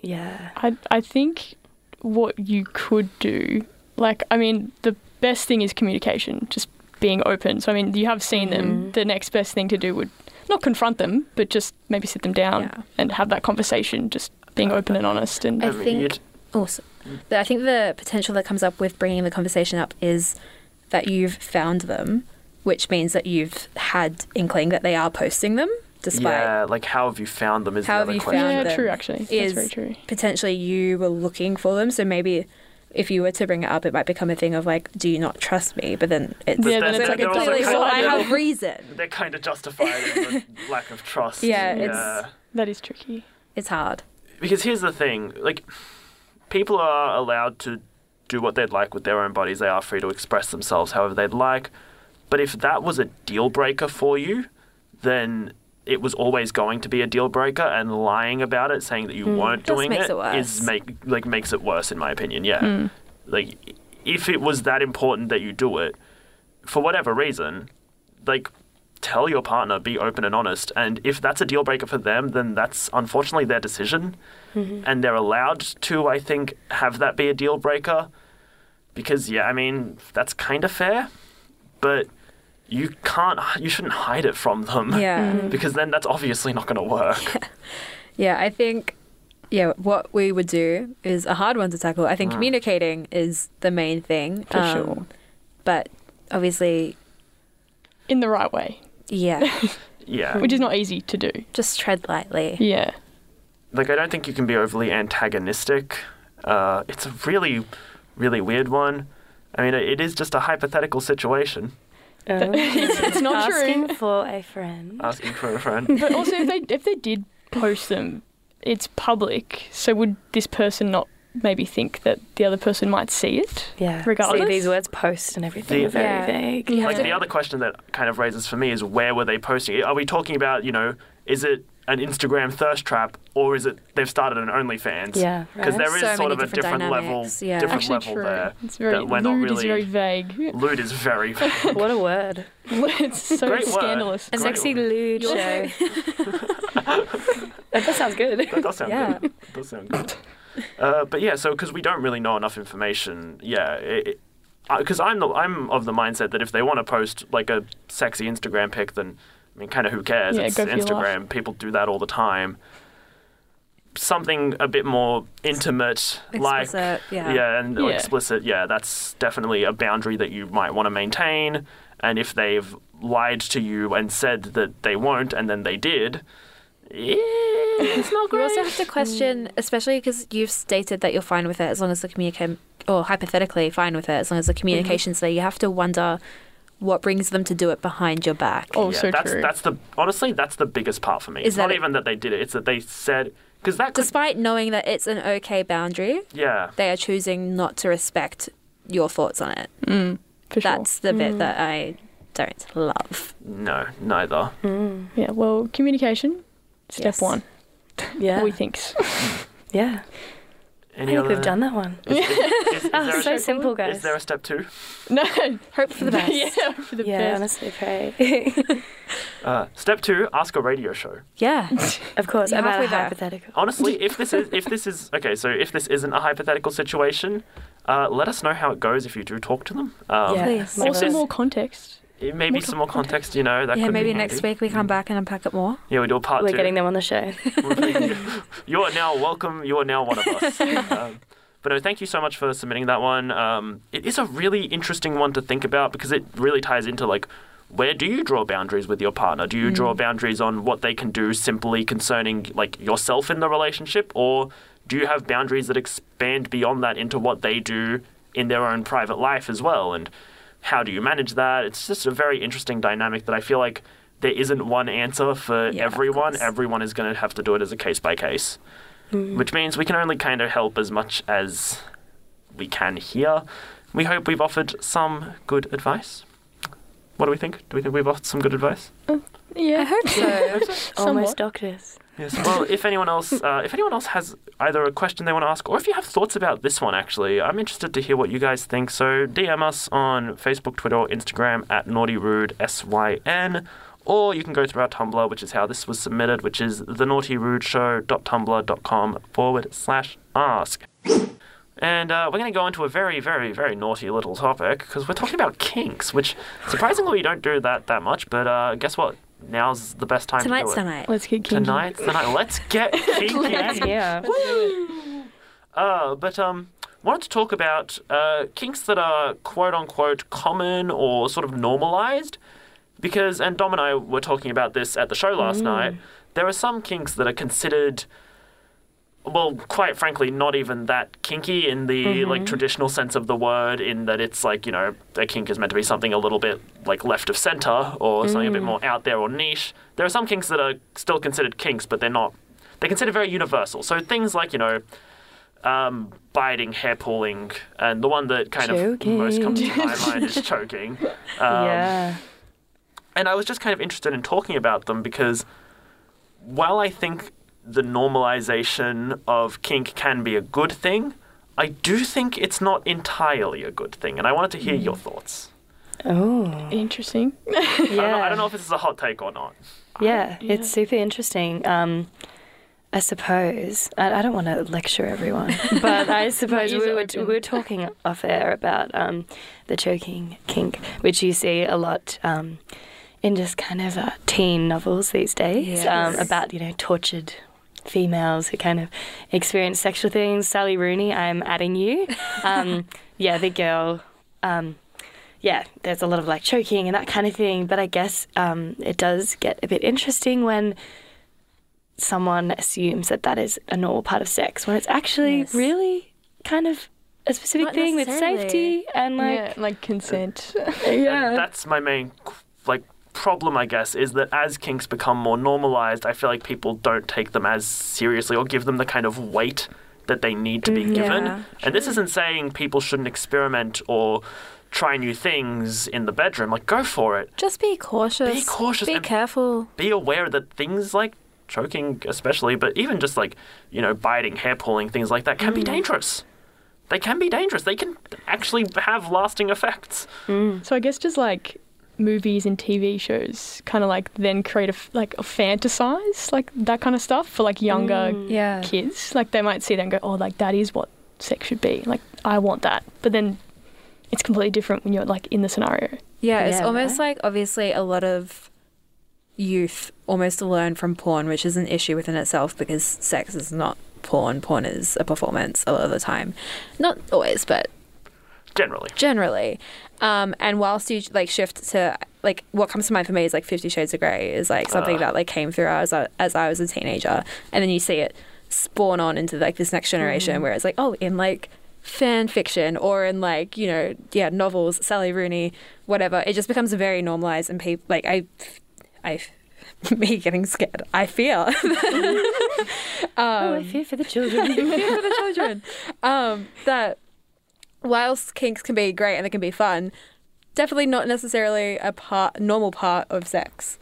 Speaker 5: yeah.
Speaker 9: I I think what you could do, like I mean, the best thing is communication, just being open. So I mean, you have seen them. The next best thing to do would not confront them, but just maybe sit them down
Speaker 8: Yeah.
Speaker 9: and have that conversation, just being open and honest. And
Speaker 8: I
Speaker 7: I mean,
Speaker 8: think-
Speaker 7: Um, you'd-
Speaker 8: Also, the, I think the potential that comes up with bringing the conversation up is that you've found them, which means that you've had inkling that they are posting them, despite
Speaker 7: yeah, like how have you found them? Is
Speaker 8: How
Speaker 7: the
Speaker 8: have
Speaker 7: other
Speaker 8: you
Speaker 7: question.
Speaker 8: found
Speaker 9: yeah,
Speaker 8: them
Speaker 9: true actually.
Speaker 8: is-
Speaker 9: That's very true.
Speaker 8: potentially you were looking for them. So maybe if you were to bring it up, it might become a thing of like, do you not trust me? But then it's
Speaker 7: But
Speaker 9: Yeah, then
Speaker 7: then they're
Speaker 9: it's like a
Speaker 7: also
Speaker 8: clearly,
Speaker 7: kind
Speaker 8: well,
Speaker 7: of
Speaker 8: I
Speaker 7: little-
Speaker 8: have reason.
Speaker 7: They're kind of justified in the lack of trust.
Speaker 8: Yeah, it's-
Speaker 9: That is tricky.
Speaker 8: It's hard.
Speaker 7: because here's the thing like people are allowed to do what they'd like with their own bodies they are free to express themselves however they'd like but if that was a deal breaker for you then it was always going to be a deal breaker and lying about it saying that you weren't
Speaker 8: Hmm. Just
Speaker 7: doing
Speaker 8: makes it
Speaker 7: it is
Speaker 8: worse. Hmm.
Speaker 7: make like makes it worse in my opinion yeah like if it was that important that you do it for whatever reason like tell your partner be open and honest and if that's a deal breaker for them then that's unfortunately their decision and they're allowed to i think have that be a deal breaker because yeah i mean that's kind of fair but you can't you shouldn't hide it from them
Speaker 8: Yeah.
Speaker 7: because then that's obviously not going to work
Speaker 8: Yeah, I think yeah, what we would do is a hard one to tackle. I think communicating is the main thing.
Speaker 9: Mm.
Speaker 8: um,
Speaker 9: For sure.
Speaker 8: But obviously,
Speaker 9: In the right way,
Speaker 8: yeah,
Speaker 7: yeah
Speaker 9: which is not easy to do.
Speaker 8: just tread lightly.
Speaker 9: Yeah.
Speaker 7: like I don't think you can be overly antagonistic. Uh, it's a really, really weird one. I mean, it is just a hypothetical situation
Speaker 5: Um,
Speaker 9: it's, it's not true.
Speaker 5: asking for a friend.
Speaker 7: asking for a friend.
Speaker 9: But also, if they if they did post them, it's public. So would this person not maybe think that the other person might see it?
Speaker 5: Yeah.
Speaker 9: Regardless?
Speaker 5: See, these words post and everything
Speaker 7: The-
Speaker 5: are very
Speaker 8: Yeah.
Speaker 5: vague.
Speaker 8: You have
Speaker 7: like
Speaker 8: to-
Speaker 7: the other question that kind of raises for me is where were they posting? it? Are we talking about you know is it an Instagram thirst trap or is it they've started an OnlyFans?
Speaker 5: Yeah,
Speaker 7: because
Speaker 5: right.
Speaker 7: there is
Speaker 8: So
Speaker 7: sort
Speaker 8: many
Speaker 7: of a
Speaker 8: different
Speaker 7: different level,
Speaker 8: dynamics, yeah.
Speaker 7: different
Speaker 9: Actually,
Speaker 7: level
Speaker 9: true.
Speaker 7: there.
Speaker 9: It's very
Speaker 7: that we're
Speaker 9: lewd
Speaker 7: not
Speaker 9: is
Speaker 7: really-
Speaker 9: very vague.
Speaker 7: Lewd is very
Speaker 5: What a word.
Speaker 9: it's so
Speaker 7: Great word.
Speaker 9: scandalous.
Speaker 7: And Great
Speaker 5: Sexy
Speaker 7: one.
Speaker 5: lewd show. that does sound good.
Speaker 7: That does sound
Speaker 8: Yeah.
Speaker 7: good. That does sound good. Uh, but yeah, so because we don't really know enough information, yeah. Because I'm the, I'm of the mindset that if they want to post like a sexy Instagram pic, then I mean, kind of who cares?
Speaker 9: Yeah,
Speaker 7: it's
Speaker 9: go for your life.
Speaker 7: Instagram. People do that all the time. Something a bit more intimate, like
Speaker 8: Explicit, yeah.
Speaker 7: and
Speaker 9: Yeah.
Speaker 7: explicit, yeah. That's definitely a boundary that you might want to maintain. And if they've lied to you and said that they won't, and then they did, yeah, it's not
Speaker 8: You also have to question, especially because you've stated that you're fine with it as long as the communication, or hypothetically fine with it as long as the communication's there. You have to wonder what brings them to do it behind your back.
Speaker 9: Also
Speaker 7: yeah, that's
Speaker 9: true.
Speaker 7: that's the honestly that's the biggest part for me.
Speaker 8: Oh, Is
Speaker 7: it's not
Speaker 8: that it?
Speaker 7: even that they did it; it's that they said because that could,
Speaker 8: Despite knowing that it's an okay boundary,
Speaker 7: yeah
Speaker 8: they are choosing not to respect your thoughts on it.
Speaker 9: Mm, for sure.
Speaker 8: That's the bit that I don't love.
Speaker 7: no neither
Speaker 5: Mm.
Speaker 9: yeah. Well, communication. Step
Speaker 8: Yes.
Speaker 9: one.
Speaker 5: Yeah.
Speaker 9: We thinks.
Speaker 5: yeah. I
Speaker 7: any
Speaker 5: think
Speaker 7: other
Speaker 5: we've done that one.
Speaker 7: is, is- is there
Speaker 5: Oh,
Speaker 7: a
Speaker 5: so
Speaker 7: step-
Speaker 5: simple, guys.
Speaker 7: is there a step two?
Speaker 9: no.
Speaker 8: Hope for the best.
Speaker 9: Yeah. For the
Speaker 5: yeah,
Speaker 9: best.
Speaker 5: honestly, pray.
Speaker 7: Uh, step two: ask a radio show.
Speaker 8: Yeah.
Speaker 5: of course,
Speaker 8: You're
Speaker 5: about
Speaker 8: halfway
Speaker 5: a
Speaker 8: there.
Speaker 5: hypothetical.
Speaker 7: Honestly, if this is if this is okay, so if this isn't a hypothetical situation, uh, let us know how it goes if you do talk to them. Um,
Speaker 5: yeah.
Speaker 8: Please.
Speaker 5: more
Speaker 9: Also
Speaker 5: words.
Speaker 9: more context.
Speaker 7: it- Maybe
Speaker 9: More
Speaker 7: some more
Speaker 9: context.
Speaker 7: context, you know. That
Speaker 8: yeah,
Speaker 7: could
Speaker 8: maybe
Speaker 7: be Mm.
Speaker 8: next week we come back and unpack it more.
Speaker 7: Yeah, we do a part
Speaker 5: We're
Speaker 7: two.
Speaker 5: getting them on the show.
Speaker 7: you are now welcome. You are now one of us. um, but no, thank you so much for submitting that one. Um, it is a really interesting one to think about because it really ties into like where do you draw boundaries with your partner? Do you
Speaker 8: Hmm.
Speaker 7: draw boundaries on what they can do simply concerning like yourself in the relationship, or do you have boundaries that expand beyond that into what they do in their own private life as well? And how do you manage that? It's just a very interesting dynamic that I feel like there isn't one answer for
Speaker 8: Yeah, of
Speaker 7: everyone.
Speaker 8: course.
Speaker 7: Everyone is going to have to do it as a case by case, which means we can only kind of help as much as we can here. We hope we've offered some good advice. What do we think? Do we think we've offered some good advice?
Speaker 9: Yeah.
Speaker 8: hope so.
Speaker 5: Almost doctors.
Speaker 7: Yes. Well, if anyone else, uh, if anyone else has either a question they want to ask, or if you have thoughts about this one, actually, I'm interested to hear what you guys think. So DM us on Facebook, Twitter, or Instagram at Naughty Rude S Y N, Or you can go through our Tumblr, which is how this was submitted, which is thenaughtyrudeShow.tumblr.com forward slash ask. And uh, we're going to go into a very, very, very naughty little topic because we're talking about kinks, which surprisingly we don't do that that much. But uh, guess what? Now's the best time
Speaker 8: Tonight's
Speaker 7: to do
Speaker 8: the
Speaker 7: it.
Speaker 8: night.
Speaker 9: Let's get kinky.
Speaker 7: Tonight's the night. Let's get kinky.
Speaker 5: yeah.
Speaker 7: Uh, but um, wanted to talk about uh, kinks that are quote unquote common or sort of normalized, because and Dom and I were talking about this at the show last night. There are some kinks that are considered, well, quite frankly, not even that kinky in the like traditional sense of the word. In that it's like you know a kink is meant to be something a little bit like left of center or something a bit more out there or niche. There are some kinks that are still considered kinks, but they're not. They're considered very universal. So things like you know um, biting, hair pulling, and the one that kind of most comes to my mind is choking. Um,
Speaker 5: yeah.
Speaker 7: And I was just kind of interested in talking about them because while I think the normalization of kink can be a good thing, I do think it's not entirely a good thing. And I wanted to hear your thoughts.
Speaker 5: Oh.
Speaker 9: Interesting.
Speaker 7: I, don't know,
Speaker 5: Yeah.
Speaker 7: I don't know if this is a hot take or not.
Speaker 5: Yeah, it's super interesting. Um, I suppose I, I don't want to lecture everyone, but I suppose we
Speaker 9: ears are
Speaker 5: were, we
Speaker 9: open.
Speaker 5: were talking off air about um, the choking kink, which you see a lot um, in just kind of uh, teen novels these days um, about you know tortured females who kind of experience sexual things. Sally Rooney, I'm adding you.
Speaker 8: Uh,
Speaker 5: Um, yeah, the girl. Um, yeah, there's a lot of like choking and that kind of thing. But I guess um, it does get a bit interesting when someone assumes that that is a normal part of sex when it's actually
Speaker 8: Yes.
Speaker 5: really kind of a specific
Speaker 8: Not
Speaker 5: thing with
Speaker 8: necessarily.
Speaker 5: safety and
Speaker 9: yeah,
Speaker 5: like
Speaker 9: like consent.
Speaker 7: And that's my main like problem i guess is that as kinks become more normalized i feel like people don't take them as seriously or give them the kind of weight that they need to be given
Speaker 8: yeah,
Speaker 7: and this isn't saying people shouldn't experiment or try new things in the bedroom like go for it
Speaker 8: Just be cautious.
Speaker 7: Be cautious
Speaker 8: Be
Speaker 7: and-
Speaker 8: careful.
Speaker 7: be aware that things like choking especially but even just like you know biting hair pulling things like that can be dangerous they can be dangerous they can actually have lasting effects
Speaker 9: So I guess just like movies and TV shows, kind of like then create a f- like a fantasize like that kind of stuff for like younger
Speaker 8: Mm.
Speaker 5: yeah.
Speaker 9: kids. Like they might see that and go, oh, like that is what sex should be. Like I want that, but then it's completely different when you're like in the scenario.
Speaker 8: Yeah, it's
Speaker 5: Yeah,
Speaker 8: almost like obviously a lot of youth almost learn from porn, which is an issue within itself because sex is not porn. Porn is a performance a lot of the time. Not always, but
Speaker 7: generally
Speaker 8: generally. Um, and whilst you like shift to like what comes to mind for me is like Fifty Shades of Grey is like something
Speaker 7: Ah.
Speaker 8: that like came through as I, as I was a teenager, and then you see it spawn on into like this next generation where it's like oh in like fan fiction or in like you know yeah novels Sally Rooney whatever it just becomes very normalized and people like I I me getting scared I fear
Speaker 5: oh i fear for the children
Speaker 8: for the children. Um, that whilst kinks can be great and they can be fun, definitely not necessarily a part normal part of sex.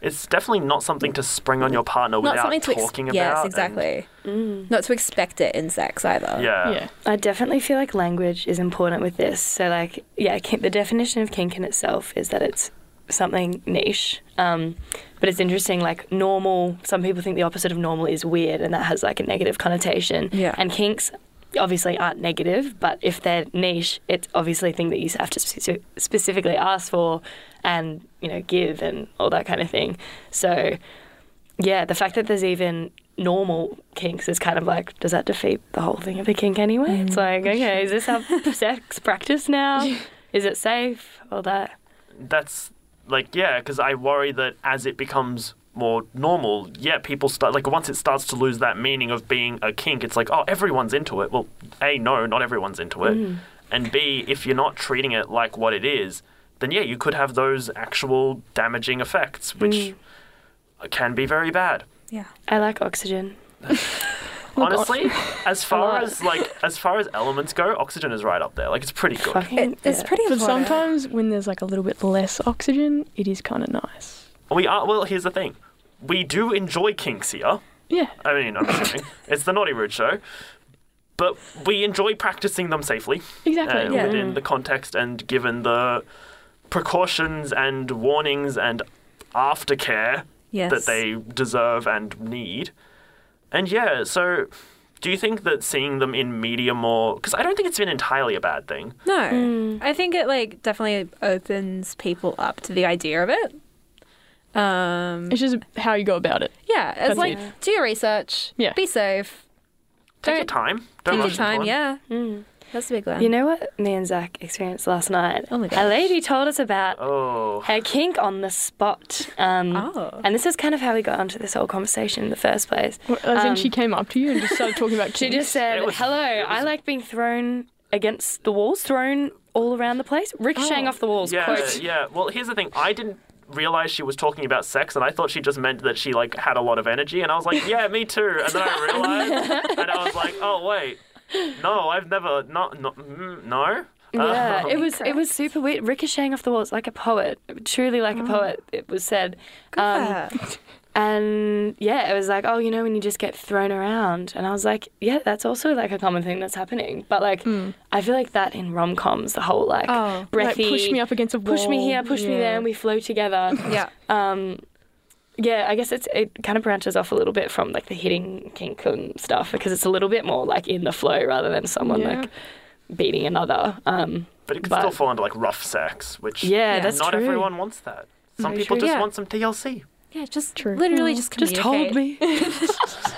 Speaker 7: it's definitely not something to spring on your partner
Speaker 8: Not
Speaker 7: without
Speaker 8: something to ex-
Speaker 7: talking about.
Speaker 8: yes,
Speaker 7: and-
Speaker 8: exactly.
Speaker 10: Mm.
Speaker 8: Not to expect it in sex either.
Speaker 7: yeah.
Speaker 9: yeah.
Speaker 5: I definitely feel like language is important with this. So, like, yeah, kink, the definition of kink in itself is that it's something niche. Um, but it's interesting, like, normal, some people think the opposite of normal is weird, and that has like a negative connotation.
Speaker 8: Yeah.
Speaker 5: And kinks obviously aren't negative, but if they're niche, it's obviously a thing that you have to speci- specifically ask for and, you know, give and all that kind of thing. So, yeah, the fact that there's even normal kinks is kind of like, does that defeat the whole thing of a kink anyway? It's like, okay, is this our sex practice now? Is it safe? All that.
Speaker 7: That's like yeah, because I worry that as it becomes more normal, yeah, people start like once it starts to lose that meaning of being a kink, it's like oh, everyone's into it. Well, a no, not everyone's into it,
Speaker 8: Mm-hmm.
Speaker 7: and b if you're not treating it like what it is, then yeah, you could have those actual damaging effects, which
Speaker 8: Mm.
Speaker 7: can be very bad.
Speaker 5: I like oxygen.
Speaker 8: Oh,
Speaker 7: Honestly, as far
Speaker 5: lot.
Speaker 7: as like as far as elements go, oxygen is right up there. Like it's pretty good.
Speaker 5: Fucking.
Speaker 8: It, it's
Speaker 5: yeah.
Speaker 8: pretty
Speaker 9: But
Speaker 8: important.
Speaker 9: sometimes when there's like a little bit less oxygen, it is kind of nice.
Speaker 7: We are well. Here's the thing, we do enjoy kinks here.
Speaker 9: Yeah.
Speaker 7: I mean, I'm assuming it's the Naughty Rude show, but we enjoy practicing them safely uh,
Speaker 9: Exactly. yeah.
Speaker 7: within the context and given the precautions and warnings and aftercare
Speaker 10: Yes.
Speaker 7: that they deserve and need. And yeah, so do you think that seeing them in media more? Because I don't think it's been entirely a bad thing.
Speaker 10: No, Mm. I think it like definitely opens people up to the idea of it. Um,
Speaker 9: It's just how you go about it.
Speaker 10: yeah, it's
Speaker 9: That's
Speaker 10: like
Speaker 9: it.
Speaker 10: do your research.
Speaker 9: Yeah.
Speaker 10: be safe.
Speaker 7: Take your
Speaker 10: Don't-
Speaker 7: time.
Speaker 10: Take
Speaker 7: Don't
Speaker 10: your
Speaker 7: rush into
Speaker 10: time.
Speaker 7: one.
Speaker 10: Yeah,
Speaker 8: Mm.
Speaker 10: that's a big one.
Speaker 5: You know what me and Zach experienced last night?
Speaker 10: Oh my
Speaker 5: A
Speaker 10: gosh.
Speaker 5: lady told us about
Speaker 7: Oh,
Speaker 5: her kink on the spot. Um,
Speaker 10: Oh.
Speaker 5: And this is kind of how we got onto this whole conversation in the first place.
Speaker 9: Well, As
Speaker 5: Um,
Speaker 9: in, she came up to you and just started talking about.
Speaker 5: She just said,
Speaker 7: It was-
Speaker 5: "Hello,
Speaker 7: it was-
Speaker 5: I like being thrown against the walls, thrown all around the place, ricocheting off the walls."
Speaker 7: yeah,
Speaker 5: quote.
Speaker 7: yeah. Well, here's the thing. I didn't realize she was talking about sex, and I thought she just meant that she like had a lot of energy. And I was like, yeah, me too. And then I realized, and I was like, oh wait, no, I've never not no mm, no.
Speaker 5: Yeah,
Speaker 7: Um,
Speaker 5: it was it was super weird, ricocheting off the walls like a poet, truly like
Speaker 10: Oh.
Speaker 5: a poet. It was said, um, and yeah, it was like, oh, you know, when you just get thrown around, and I was like, yeah, that's also like a common thing that's happening. But like, I feel like that in rom coms, the whole like
Speaker 10: Mm. Oh,
Speaker 9: Hmm. like,
Speaker 5: breathy,
Speaker 9: push me up against a wall.
Speaker 5: push me here, push me there,
Speaker 9: Yeah.
Speaker 5: and we flow together.
Speaker 10: yeah,
Speaker 5: um, yeah, I guess it's it kind of branches off a little bit from like the hitting kink and stuff because it's a little bit more like in the flow rather than someone
Speaker 9: Yeah.
Speaker 5: like beating another. Um,
Speaker 7: but it could
Speaker 5: but-
Speaker 7: still fall under like rough sex, which
Speaker 5: yeah, that's
Speaker 7: not
Speaker 5: true.
Speaker 7: everyone wants that. Some
Speaker 5: Very
Speaker 7: people
Speaker 5: true.
Speaker 7: just
Speaker 10: Yeah.
Speaker 7: want some TLC.
Speaker 10: yeah, just
Speaker 9: True.
Speaker 10: literally just
Speaker 5: Just hold
Speaker 10: communicate.
Speaker 5: me,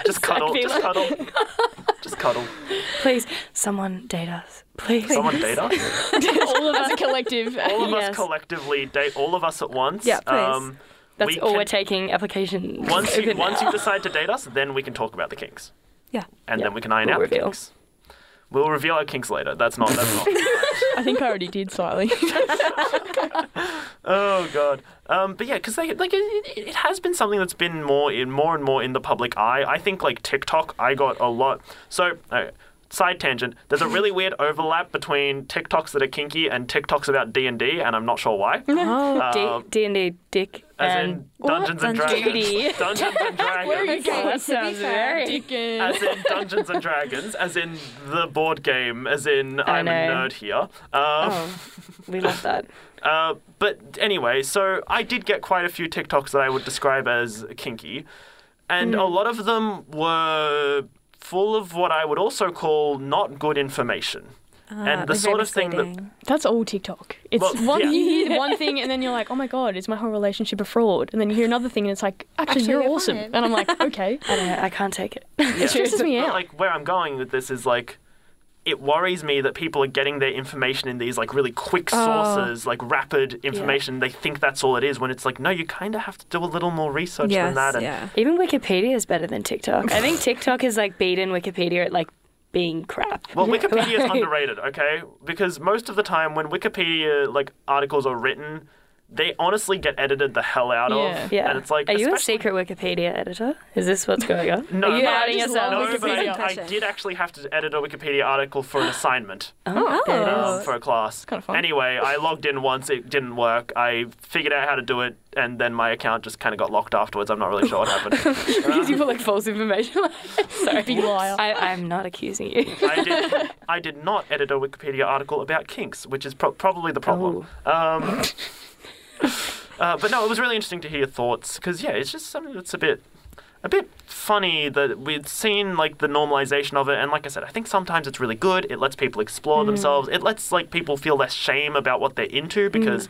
Speaker 7: Just cuddle.
Speaker 5: Exactly
Speaker 7: Just cuddle. just cuddle.
Speaker 5: please. Someone date us, please.
Speaker 7: Someone date us.
Speaker 9: all of us a collective.
Speaker 7: All of
Speaker 5: Yes.
Speaker 7: us collectively date all of us at once. Um,
Speaker 10: Yeah, please.
Speaker 5: That's
Speaker 7: we
Speaker 5: all
Speaker 7: can-
Speaker 5: we're taking applications.
Speaker 7: Once you
Speaker 5: open
Speaker 7: once
Speaker 5: now.
Speaker 7: you decide to date us, then we can talk about the kinks.
Speaker 10: Yeah.
Speaker 7: And then we can iron
Speaker 5: We'll
Speaker 7: out the
Speaker 5: reveal.
Speaker 7: kinks. We'll reveal our kinks later. That's not that's not.
Speaker 9: I think I already did slightly.
Speaker 7: oh god. Um, but yeah, because they like it, it, it has been something that's been more in more and more in the public eye. I think like TikTok, I got a lot. So okay, side tangent. There's a really weird overlap between TikToks that are kinky and TikToks about D and D, and I'm not sure why.
Speaker 10: Oh,
Speaker 7: Um,
Speaker 5: D and D dick
Speaker 7: as
Speaker 5: and
Speaker 7: in Dungeons and
Speaker 10: Dungeons?
Speaker 5: Diggity.
Speaker 7: Dragons. Dungeons and Dragons.
Speaker 5: Oh, that sounds very.
Speaker 9: Dickens.
Speaker 7: as in Dungeons and Dragons, as in the board game, as in I'm a
Speaker 5: know.
Speaker 7: nerd here. Um,
Speaker 5: Oh, we love that.
Speaker 7: uh, but anyway, so I did get quite a few TikToks that I would describe as kinky, and a lot of them were full of what I would also call not good information.
Speaker 8: Ah,
Speaker 7: and the sort of thing that
Speaker 9: That's all TikTok. It's
Speaker 7: Well,
Speaker 9: one
Speaker 7: yeah.
Speaker 9: you hear one thing and then you're like, oh my god, is my whole relationship a fraud? And then you hear another thing and it's like, actually,
Speaker 2: Actually,
Speaker 9: you're
Speaker 2: we're
Speaker 9: awesome.
Speaker 2: fine.
Speaker 9: And I'm like, okay,
Speaker 5: I don't know. I can't take it.
Speaker 7: Yeah.
Speaker 9: it stresses me
Speaker 7: But,
Speaker 9: out.
Speaker 7: like where I'm going with this is like it worries me that people are getting their information in these like really quick sources, like rapid information. They think that's all it is when it's like no, you kind of have to do a little more research
Speaker 10: yes,
Speaker 7: than that. And
Speaker 10: yeah.
Speaker 5: Even Wikipedia is better than TikTok. I think TikTok is like beaten Wikipedia at like being crap.
Speaker 7: Well, Wikipedia is underrated, okay? Because most of the time when Wikipedia like articles are written, they honestly get edited the hell out
Speaker 9: Yeah.
Speaker 7: of.
Speaker 5: Yeah.
Speaker 7: And it's like
Speaker 5: Are you a
Speaker 7: especially-
Speaker 5: secret Wikipedia editor? Is this what's going on?
Speaker 7: No,
Speaker 5: Are you
Speaker 7: no, I
Speaker 5: outing
Speaker 7: just
Speaker 5: yourself?
Speaker 9: love
Speaker 7: No, but
Speaker 9: Wikipedia.
Speaker 7: I, I did actually have to edit a Wikipedia article for an assignment.
Speaker 5: Oh, there it is.
Speaker 7: um, for a class.
Speaker 9: Uh, kinda fun.
Speaker 7: Anyway, I logged in once, it didn't work. I figured out how to do it, and then my account just kind of got locked afterwards. I'm not really sure what happened.
Speaker 5: Because you put like false information. Sorry,
Speaker 9: big liar.
Speaker 5: I, I'm not accusing you.
Speaker 7: I did, I did not edit a Wikipedia article about kinks, which is pro- probably the problem.
Speaker 9: Oh.
Speaker 7: Um, uh, but no, it was really interesting to hear your thoughts because yeah, it's just something that's a bit. A bit funny that we've seen like the normalization of it, and like I said, I think sometimes it's really good. It lets people explore themselves. It lets like people feel less shame about what they're into because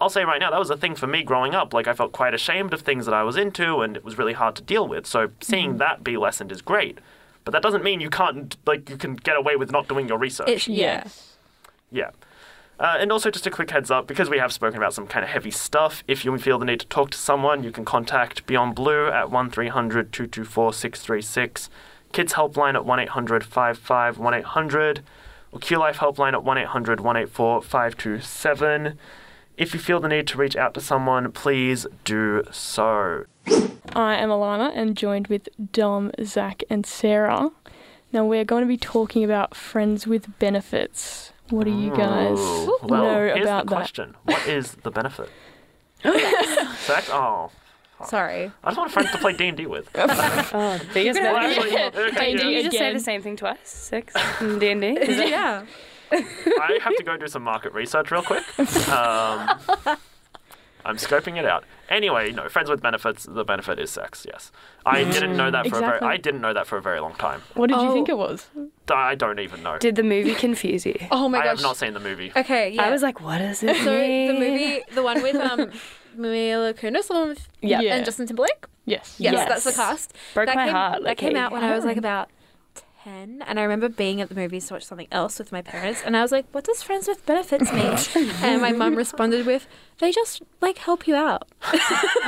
Speaker 7: I'll say right now that was a thing for me growing up. Like I felt quite ashamed of things that I was into, and it was really hard to deal with. So seeing that be lessened is great, but that doesn't mean you can't like you can get away with not doing your research.
Speaker 10: It, yeah.
Speaker 7: Yeah. Uh, and also, just a quick heads up because we have spoken about some kind of heavy stuff, if you feel the need to talk to someone, you can contact Beyond Blue at 1300 224 636, Kids Helpline at 1 800 55 1800, or Q Life Helpline at 1 800 184 527. If you feel the need to reach out to someone, please do so.
Speaker 9: I am Alana and joined with Dom, Zach, and Sarah. Now we're going to be talking about friends with benefits. What do you guys
Speaker 7: Ooh, well,
Speaker 9: know
Speaker 7: here's
Speaker 9: about
Speaker 7: the
Speaker 9: that?
Speaker 7: question What is the benefit? Sex? Oh.
Speaker 10: Sorry.
Speaker 7: I just want friends to play D&D with.
Speaker 5: Oh, the biggest
Speaker 7: Well,
Speaker 5: benefit.
Speaker 7: actually, okay,
Speaker 5: Wait,
Speaker 7: yeah.
Speaker 5: did you just say
Speaker 9: Again.
Speaker 5: the same thing twice? Six and D and D.
Speaker 10: yeah.
Speaker 7: I have to go do some market research real quick. Um, I'm scoping it out. Anyway, no, friends with benefits. The benefit is sex. Yes,
Speaker 5: Mm-hmm.
Speaker 7: I didn't know that for a
Speaker 9: Exactly.
Speaker 7: very. I didn't know that for a very long time.
Speaker 9: What did you
Speaker 5: Oh.
Speaker 9: think it was?
Speaker 7: I don't even know.
Speaker 5: Did the movie confuse you?
Speaker 8: Oh my
Speaker 7: I
Speaker 8: gosh.
Speaker 7: have not seen the movie.
Speaker 8: Okay, yeah.
Speaker 5: I was like, what is it?
Speaker 8: so the movie, the one with um, Mila Kunis um,
Speaker 5: Yeah.
Speaker 9: Yeah.
Speaker 8: and Justin Timberlake.
Speaker 9: Yes.
Speaker 8: Yes,
Speaker 5: Yes.
Speaker 8: that's the cast.
Speaker 5: broke
Speaker 8: that
Speaker 5: my
Speaker 8: came,
Speaker 5: heart.
Speaker 8: That came
Speaker 5: Lucky.
Speaker 8: out when I was like about ten, and I remember being at the movies to watch something else with my parents, and I was like, "What does friends with benefits mean?" and my mum responded with, "They just like help you out."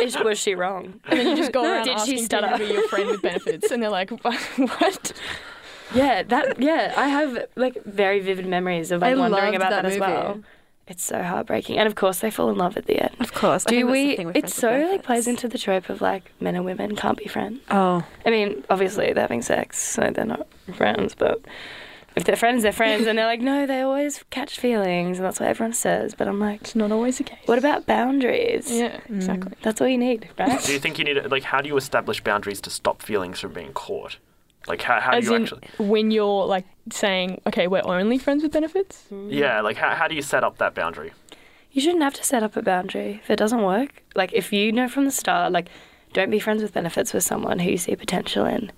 Speaker 5: Is- was she wrong?
Speaker 9: And then you just go around
Speaker 5: Did she
Speaker 9: asking people
Speaker 5: stutter?
Speaker 9: to be your friend with benefits, and they're like, "What?"
Speaker 5: Yeah, that. Yeah, I have like very vivid memories of like,
Speaker 8: I
Speaker 5: wondering
Speaker 8: loved
Speaker 5: about
Speaker 8: that
Speaker 5: that, as
Speaker 8: movie.
Speaker 5: well. It's so heartbreaking, and of course they fall in love at the end.
Speaker 10: Of course. I
Speaker 5: Do
Speaker 10: think that's the
Speaker 5: we?
Speaker 10: thing with
Speaker 5: It's
Speaker 10: friends with
Speaker 5: so like
Speaker 10: benefits.
Speaker 5: plays into the trope of like men and women can't be friends.
Speaker 10: Oh,
Speaker 5: I mean, obviously they're having sex, so they're not friends. But if they're friends, they're friends, and they're like, no, they always catch feelings, and that's what everyone says. But I'm like,
Speaker 9: It's not always the case.
Speaker 5: what about Hmm. boundaries?
Speaker 9: Yeah, exactly.
Speaker 5: That's all you need, right?
Speaker 7: Do you think you need like? How do you establish boundaries to stop feelings from being caught? Like how, how do
Speaker 9: As
Speaker 7: you
Speaker 9: in,
Speaker 7: actually?
Speaker 9: when you're like saying, "Okay, we're only friends with benefits."
Speaker 5: Hmm.
Speaker 7: Yeah, like how, how do you set up that boundary?
Speaker 5: You shouldn't have to set up a boundary if it doesn't work. Like if you know from the start, like don't be friends with benefits with someone who you see potential in.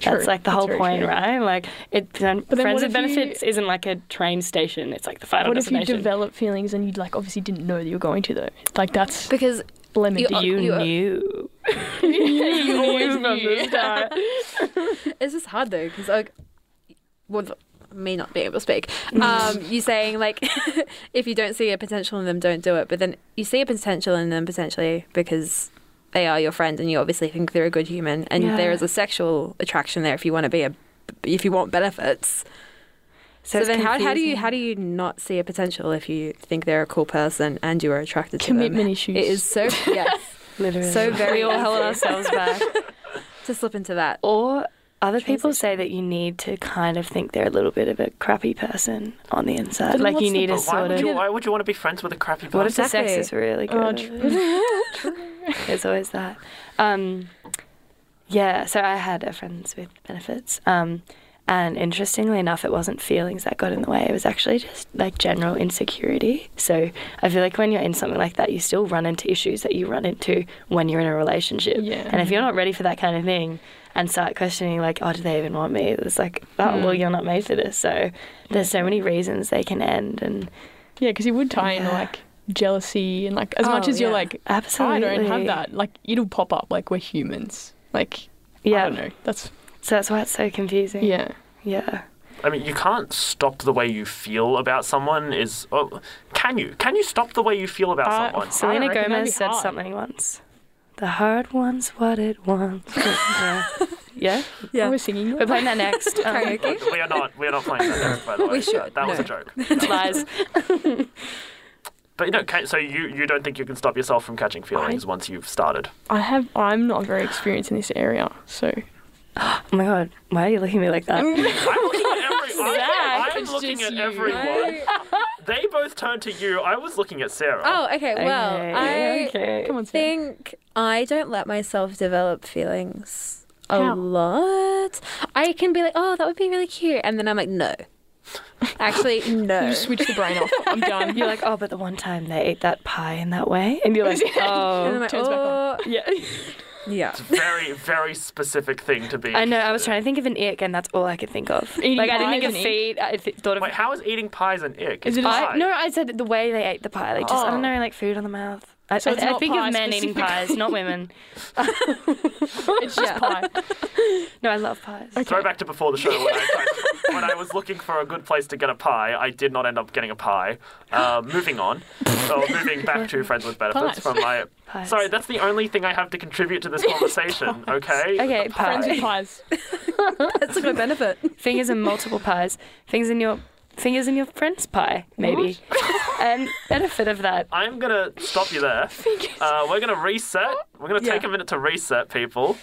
Speaker 9: True.
Speaker 5: That's like the
Speaker 9: That's
Speaker 5: whole
Speaker 9: very
Speaker 5: point,
Speaker 9: true.
Speaker 5: right? Like it then
Speaker 9: then
Speaker 5: friends
Speaker 9: what
Speaker 5: with
Speaker 9: if you-
Speaker 5: benefits isn't like a train station. It's like the final
Speaker 9: What if you
Speaker 5: destination.
Speaker 9: develop feelings and you like obviously didn't know that you were going to though? Like that's
Speaker 8: Because
Speaker 9: lemon.
Speaker 8: you-
Speaker 9: deep.
Speaker 5: you
Speaker 8: you-
Speaker 5: knew. you
Speaker 9: always
Speaker 5: knew from the
Speaker 9: knew.
Speaker 5: start.
Speaker 8: It's just hard though, because like, with me not being able to speak, um, you saying like, if you don't see a potential in them, don't do it. But then you see a potential in them potentially because they are your friend, and you obviously think they're a good human, and
Speaker 5: Yeah.
Speaker 8: there is a sexual attraction there if you want to be a, if you want benefits. So,
Speaker 5: it's
Speaker 8: then, how, how do you
Speaker 5: confusing.
Speaker 8: how do you not see a potential if you think they're a cool person and you are attracted to
Speaker 9: commitment
Speaker 8: them?
Speaker 9: issues.
Speaker 8: It is so yes,
Speaker 5: Literally.
Speaker 8: so very
Speaker 5: we all held
Speaker 8: easy
Speaker 5: ourselves back.
Speaker 8: to slip into that.
Speaker 9: Oh,
Speaker 5: Or other people say that you need to kind of think they're a little bit of a crappy person on the inside.
Speaker 9: then
Speaker 5: like
Speaker 9: what's
Speaker 5: you
Speaker 9: the
Speaker 5: need a
Speaker 7: But why
Speaker 5: sort
Speaker 7: would
Speaker 5: of.
Speaker 7: you why would you want to be friends with a crappy person?
Speaker 5: What if the sex
Speaker 8: Exactly.
Speaker 5: is really good?
Speaker 9: Oh,
Speaker 5: There's always that. Um, yeah, so I had a friends with benefits. Um, and interestingly enough, it wasn't feelings that got in the way. It was actually just like general insecurity. So I feel like when you're in something like that, you still run into issues that you run into when you're in a relationship.
Speaker 9: Yeah.
Speaker 5: And if you're not ready for that kind of thing and start questioning, like, oh, do they even want me? It's like, oh, well,
Speaker 9: Hmm.
Speaker 5: you're not made for this. So there's so many reasons they can end. And
Speaker 9: Yeah, because it would tie in like jealousy and like as much
Speaker 5: Oh,
Speaker 9: as you're
Speaker 5: yeah.
Speaker 9: like,
Speaker 5: absolutely.
Speaker 9: I don't have that. Like it'll pop up. Like we're humans. Like
Speaker 5: Yeah.
Speaker 9: I don't know. That's
Speaker 5: So that's why it's so confusing.
Speaker 9: yeah.
Speaker 5: Yeah.
Speaker 7: I mean, you can't stop the way you feel about someone. Is oh, can you? Can you stop the way you feel about
Speaker 9: Uh,
Speaker 7: someone?
Speaker 9: so-
Speaker 5: Selena
Speaker 9: reckon that'd be
Speaker 5: Gomez said
Speaker 9: hard.
Speaker 5: something once. The heart wants what it wants. yeah. Yeah?
Speaker 9: Oh, we're singing.
Speaker 5: We're playing that next. Um,
Speaker 8: Karaoke.
Speaker 7: We are not. We are not playing that. Next, by the way,
Speaker 8: We should,
Speaker 7: that, that was a
Speaker 8: no.
Speaker 7: joke.
Speaker 5: Lies.
Speaker 7: But you know, can, so you you don't think you can stop yourself from catching feelings once you've started?
Speaker 9: I have. I'm not very experienced in this area, so
Speaker 5: Oh my god, why are you looking at me like that?
Speaker 7: I'm looking at every. I,
Speaker 5: Zach,
Speaker 7: I'm
Speaker 9: it's
Speaker 7: looking at
Speaker 9: just you.
Speaker 7: everyone. They both turned to you. I was looking at Sarah.
Speaker 8: Oh, okay. Well,
Speaker 5: Okay,
Speaker 8: I
Speaker 5: okay.
Speaker 9: come on. Sarah.
Speaker 8: think I don't let myself develop feelings a
Speaker 9: How?
Speaker 8: lot. I can be like, oh, that would be really cute, and then I'm like, no. Actually,
Speaker 9: You
Speaker 8: no.
Speaker 9: just switch the brain off. I'm done.
Speaker 5: You're like, oh, but the one time they ate that pie in that way, and you're like,
Speaker 8: And I'm
Speaker 5: oh,
Speaker 8: like,
Speaker 9: turns back on.
Speaker 8: "Oh."
Speaker 5: yeah.
Speaker 10: yeah.
Speaker 7: Very very specific thing to be.
Speaker 5: I know. I was trying to think of an ick, and that's all I could think of.
Speaker 9: Eating
Speaker 5: like I
Speaker 9: pie
Speaker 5: didn't think
Speaker 9: is
Speaker 5: of
Speaker 9: an ick?
Speaker 5: feet. I th- thought of.
Speaker 7: Wait, how is eating pie an ick?
Speaker 9: Is
Speaker 7: It's
Speaker 9: it a-
Speaker 7: pie?
Speaker 5: I, no, I said that the way they ate the pie. Like just I
Speaker 9: Oh.
Speaker 5: don't know, like food on the mouth. I,
Speaker 9: So
Speaker 5: I,
Speaker 9: it's
Speaker 5: I
Speaker 9: not
Speaker 5: think
Speaker 9: pie
Speaker 5: of men eating pies, not women.
Speaker 9: It's just pie.
Speaker 5: No, I love pies.
Speaker 7: Throw back to before the show when I, tried- when I was looking for a good place to get a pie. I did not end up getting a pie. Uh, moving on, or moving back to friends with benefits
Speaker 9: Pies.
Speaker 7: from my.
Speaker 5: Pies.
Speaker 7: Sorry, that's the only thing I have to contribute to this conversation. Okay.
Speaker 5: Okay,
Speaker 7: The
Speaker 5: pies.
Speaker 9: Friends with pies.
Speaker 8: That's a good benefit.
Speaker 5: fingers in multiple pies, fingers in your fingers in your friend's pie, maybe. and benefit of that.
Speaker 7: I'm gonna stop you there. Uh, we're gonna reset. We're gonna take
Speaker 5: Yeah.
Speaker 7: a minute to reset, people.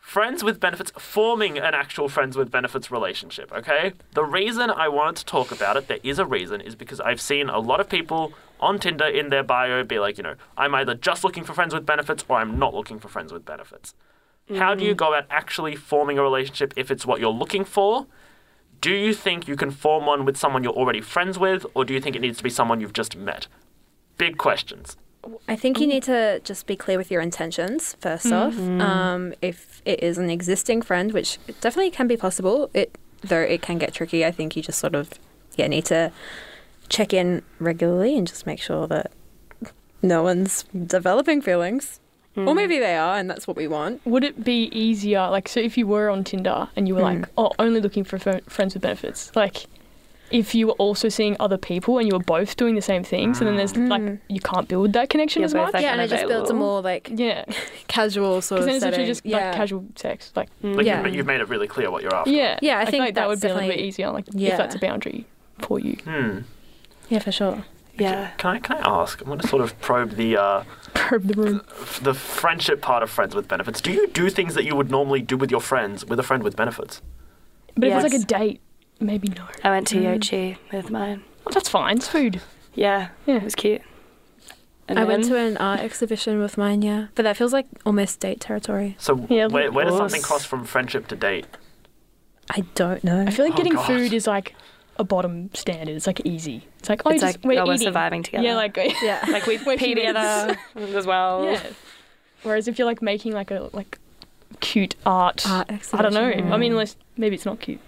Speaker 7: Friends with benefits, forming an actual friends with benefits relationship, okay? The reason I wanted to talk about it, there is a reason, is because I've seen a lot of people on Tinder in their bio be like, you know, I'm either just looking for friends with benefits or I'm not looking for friends with benefits. How do you go about actually forming a relationship if it's what you're looking for? Do you think you can form one with someone you're already friends with, or do you think it needs to be someone you've just met? big questions.
Speaker 8: I think you
Speaker 9: Mm-hmm.
Speaker 8: need to just be clear with your intentions 1st off. Um, if it is an existing friend, which it definitely can be possible, it though it can get tricky. I think you just sort of yeah need to check in regularly and just make sure that no one's developing feelings,
Speaker 9: Mm.
Speaker 8: or maybe they are, and that's what we want.
Speaker 9: Would it be easier, like, so if you were on Tinder and you were
Speaker 8: Hmm.
Speaker 9: like, oh, only looking for fr- friends with benefits, like, if you were also seeing other people and you were both doing the same thing, so then there's
Speaker 8: Hmm.
Speaker 9: like, you can't build that connection
Speaker 5: You're
Speaker 9: as
Speaker 5: both,
Speaker 9: much.
Speaker 5: like,
Speaker 8: Yeah, and it just builds a
Speaker 5: unavailable.
Speaker 8: more like
Speaker 9: yeah,
Speaker 8: casual sort
Speaker 9: because
Speaker 8: of
Speaker 9: then it's
Speaker 8: setting.
Speaker 9: actually just
Speaker 8: yeah.
Speaker 9: like casual sex, like
Speaker 5: Mm.
Speaker 7: Like
Speaker 8: Yeah.
Speaker 7: you've, you've made it really clear what you're after.
Speaker 9: yeah,
Speaker 8: Yeah, I
Speaker 9: feel
Speaker 8: think
Speaker 9: like that
Speaker 8: that's
Speaker 9: would be a little bit
Speaker 8: definitely-
Speaker 9: easier, like
Speaker 8: Yeah.
Speaker 9: if that's a boundary for you.
Speaker 7: Hmm.
Speaker 8: yeah, for sure.
Speaker 5: Yeah.
Speaker 7: Can I can I ask? I want to sort of probe the uh,
Speaker 9: Probe the room.
Speaker 7: f- the friendship part of friends with benefits. Do you do things that you would normally do with your friends with a friend with benefits?
Speaker 9: But if it's like
Speaker 5: Yes.
Speaker 9: a date, maybe no.
Speaker 5: I went to
Speaker 9: Mm.
Speaker 5: Yoichi with mine.
Speaker 9: Well, that's fine. It's food.
Speaker 5: Yeah.
Speaker 9: Yeah.
Speaker 5: It was cute. And
Speaker 8: I went
Speaker 5: then-
Speaker 8: to an art exhibition with mine, yeah, but that feels like almost date territory.
Speaker 7: So
Speaker 9: Yeah,
Speaker 7: where,
Speaker 9: of
Speaker 7: where does something
Speaker 9: course.
Speaker 7: cross from friendship to date?
Speaker 8: I don't know.
Speaker 9: I feel like
Speaker 7: Oh,
Speaker 9: getting
Speaker 7: God.
Speaker 9: food is like a bottom standard. It's like easy. It's like oh,
Speaker 5: It's
Speaker 9: you
Speaker 5: like
Speaker 9: just, we're
Speaker 5: oh, we're
Speaker 9: eating.
Speaker 5: surviving together.
Speaker 9: Yeah, like
Speaker 8: Yeah.
Speaker 5: like we
Speaker 9: we're
Speaker 5: pee
Speaker 9: humans.
Speaker 5: together as well.
Speaker 9: Yeah. Whereas if you're like making like a like cute art,
Speaker 8: Art
Speaker 9: Uh, I don't know.
Speaker 8: exhibition.
Speaker 9: I mean, unless maybe it's not cute.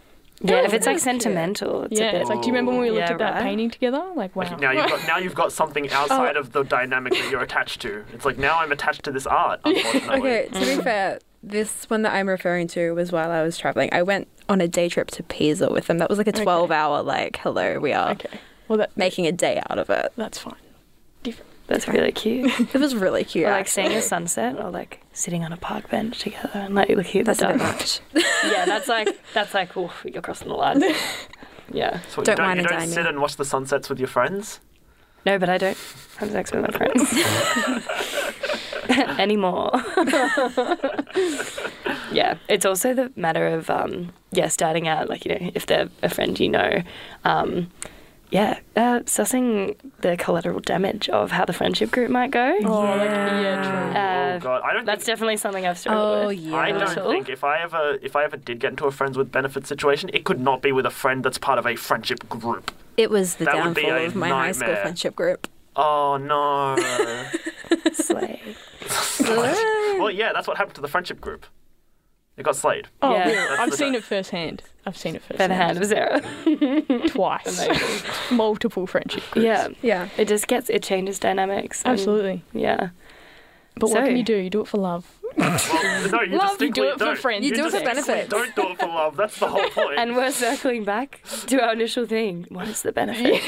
Speaker 5: Yeah, if
Speaker 8: Oh,
Speaker 5: it's like
Speaker 8: that's cute.
Speaker 5: sentimental, it's
Speaker 9: yeah,
Speaker 5: a bit.
Speaker 9: it's like do you remember when we looked
Speaker 5: Yeah,
Speaker 9: at that
Speaker 5: right.
Speaker 9: painting together? Like wow.
Speaker 7: Like now you've got now you've got something outside of the dynamic that you're attached to. It's like now I'm attached to this art. Unfortunately.
Speaker 8: Okay, to be fair, this one that I'm referring to was while I was traveling. I went on a day trip to Pisa with them. That was like a 12 hour, like, hello, we are
Speaker 9: okay. Well, that
Speaker 8: making a day out of it.
Speaker 9: that's fine.
Speaker 5: That's really cute.
Speaker 8: It was really cute.
Speaker 5: Or like
Speaker 8: actually.
Speaker 5: seeing a sunset, or like sitting on a park bench together and like looking at
Speaker 8: That's
Speaker 5: the
Speaker 8: a bit
Speaker 5: dark.
Speaker 8: much.
Speaker 5: yeah, that's like that's like oof, you're crossing the line. yeah.
Speaker 7: So you
Speaker 8: Don't
Speaker 7: don't,
Speaker 8: mind
Speaker 7: you
Speaker 8: a
Speaker 7: don't
Speaker 8: dime,
Speaker 7: sit
Speaker 8: yeah.
Speaker 7: and watch the sunsets with your friends.
Speaker 5: No, but I don't have sex with my friends anymore. yeah, it's also the matter of um, yeah, starting out like you know if they're a friend you know, um, yeah, uh, sussing the collateral damage of how the friendship group might go.
Speaker 9: Oh, like yeah,
Speaker 5: Uh,
Speaker 7: oh God, I don't.
Speaker 5: That's
Speaker 7: think,
Speaker 5: definitely something I've struggled
Speaker 8: Oh,
Speaker 5: with.
Speaker 8: yeah.
Speaker 7: I don't
Speaker 5: Sure.
Speaker 7: think if I ever if I ever did get into a friends with benefits situation, it could not be with a friend that's part of a friendship group.
Speaker 8: It was the
Speaker 7: That would be
Speaker 8: downfall
Speaker 7: a
Speaker 8: of my high school
Speaker 7: nightmare.
Speaker 8: friendship group.
Speaker 7: Oh no.
Speaker 5: Slay.
Speaker 7: well, yeah, that's what happened to the friendship group. It got slayed.
Speaker 9: Oh,
Speaker 5: Yeah.
Speaker 9: yeah.
Speaker 7: That's
Speaker 9: I've
Speaker 7: the
Speaker 9: seen
Speaker 7: day.
Speaker 9: it firsthand. I've seen it
Speaker 5: By the hand
Speaker 9: firsthand
Speaker 5: of Sarah.
Speaker 9: twice. Multiple friendship groups.
Speaker 5: yeah.
Speaker 8: Yeah.
Speaker 5: It just gets it changes dynamics. and-
Speaker 9: absolutely.
Speaker 5: Yeah.
Speaker 9: But what
Speaker 5: So-
Speaker 9: can you do? You do it for love.
Speaker 7: Well, no, you
Speaker 9: Love, you
Speaker 7: distinctly
Speaker 9: do it for
Speaker 7: don't.
Speaker 9: friends. You
Speaker 8: do it for
Speaker 7: distinctly
Speaker 8: benefits.
Speaker 7: Don't do it for love. That's the whole point.
Speaker 5: And we're circling back to our initial thing. What is the benefit?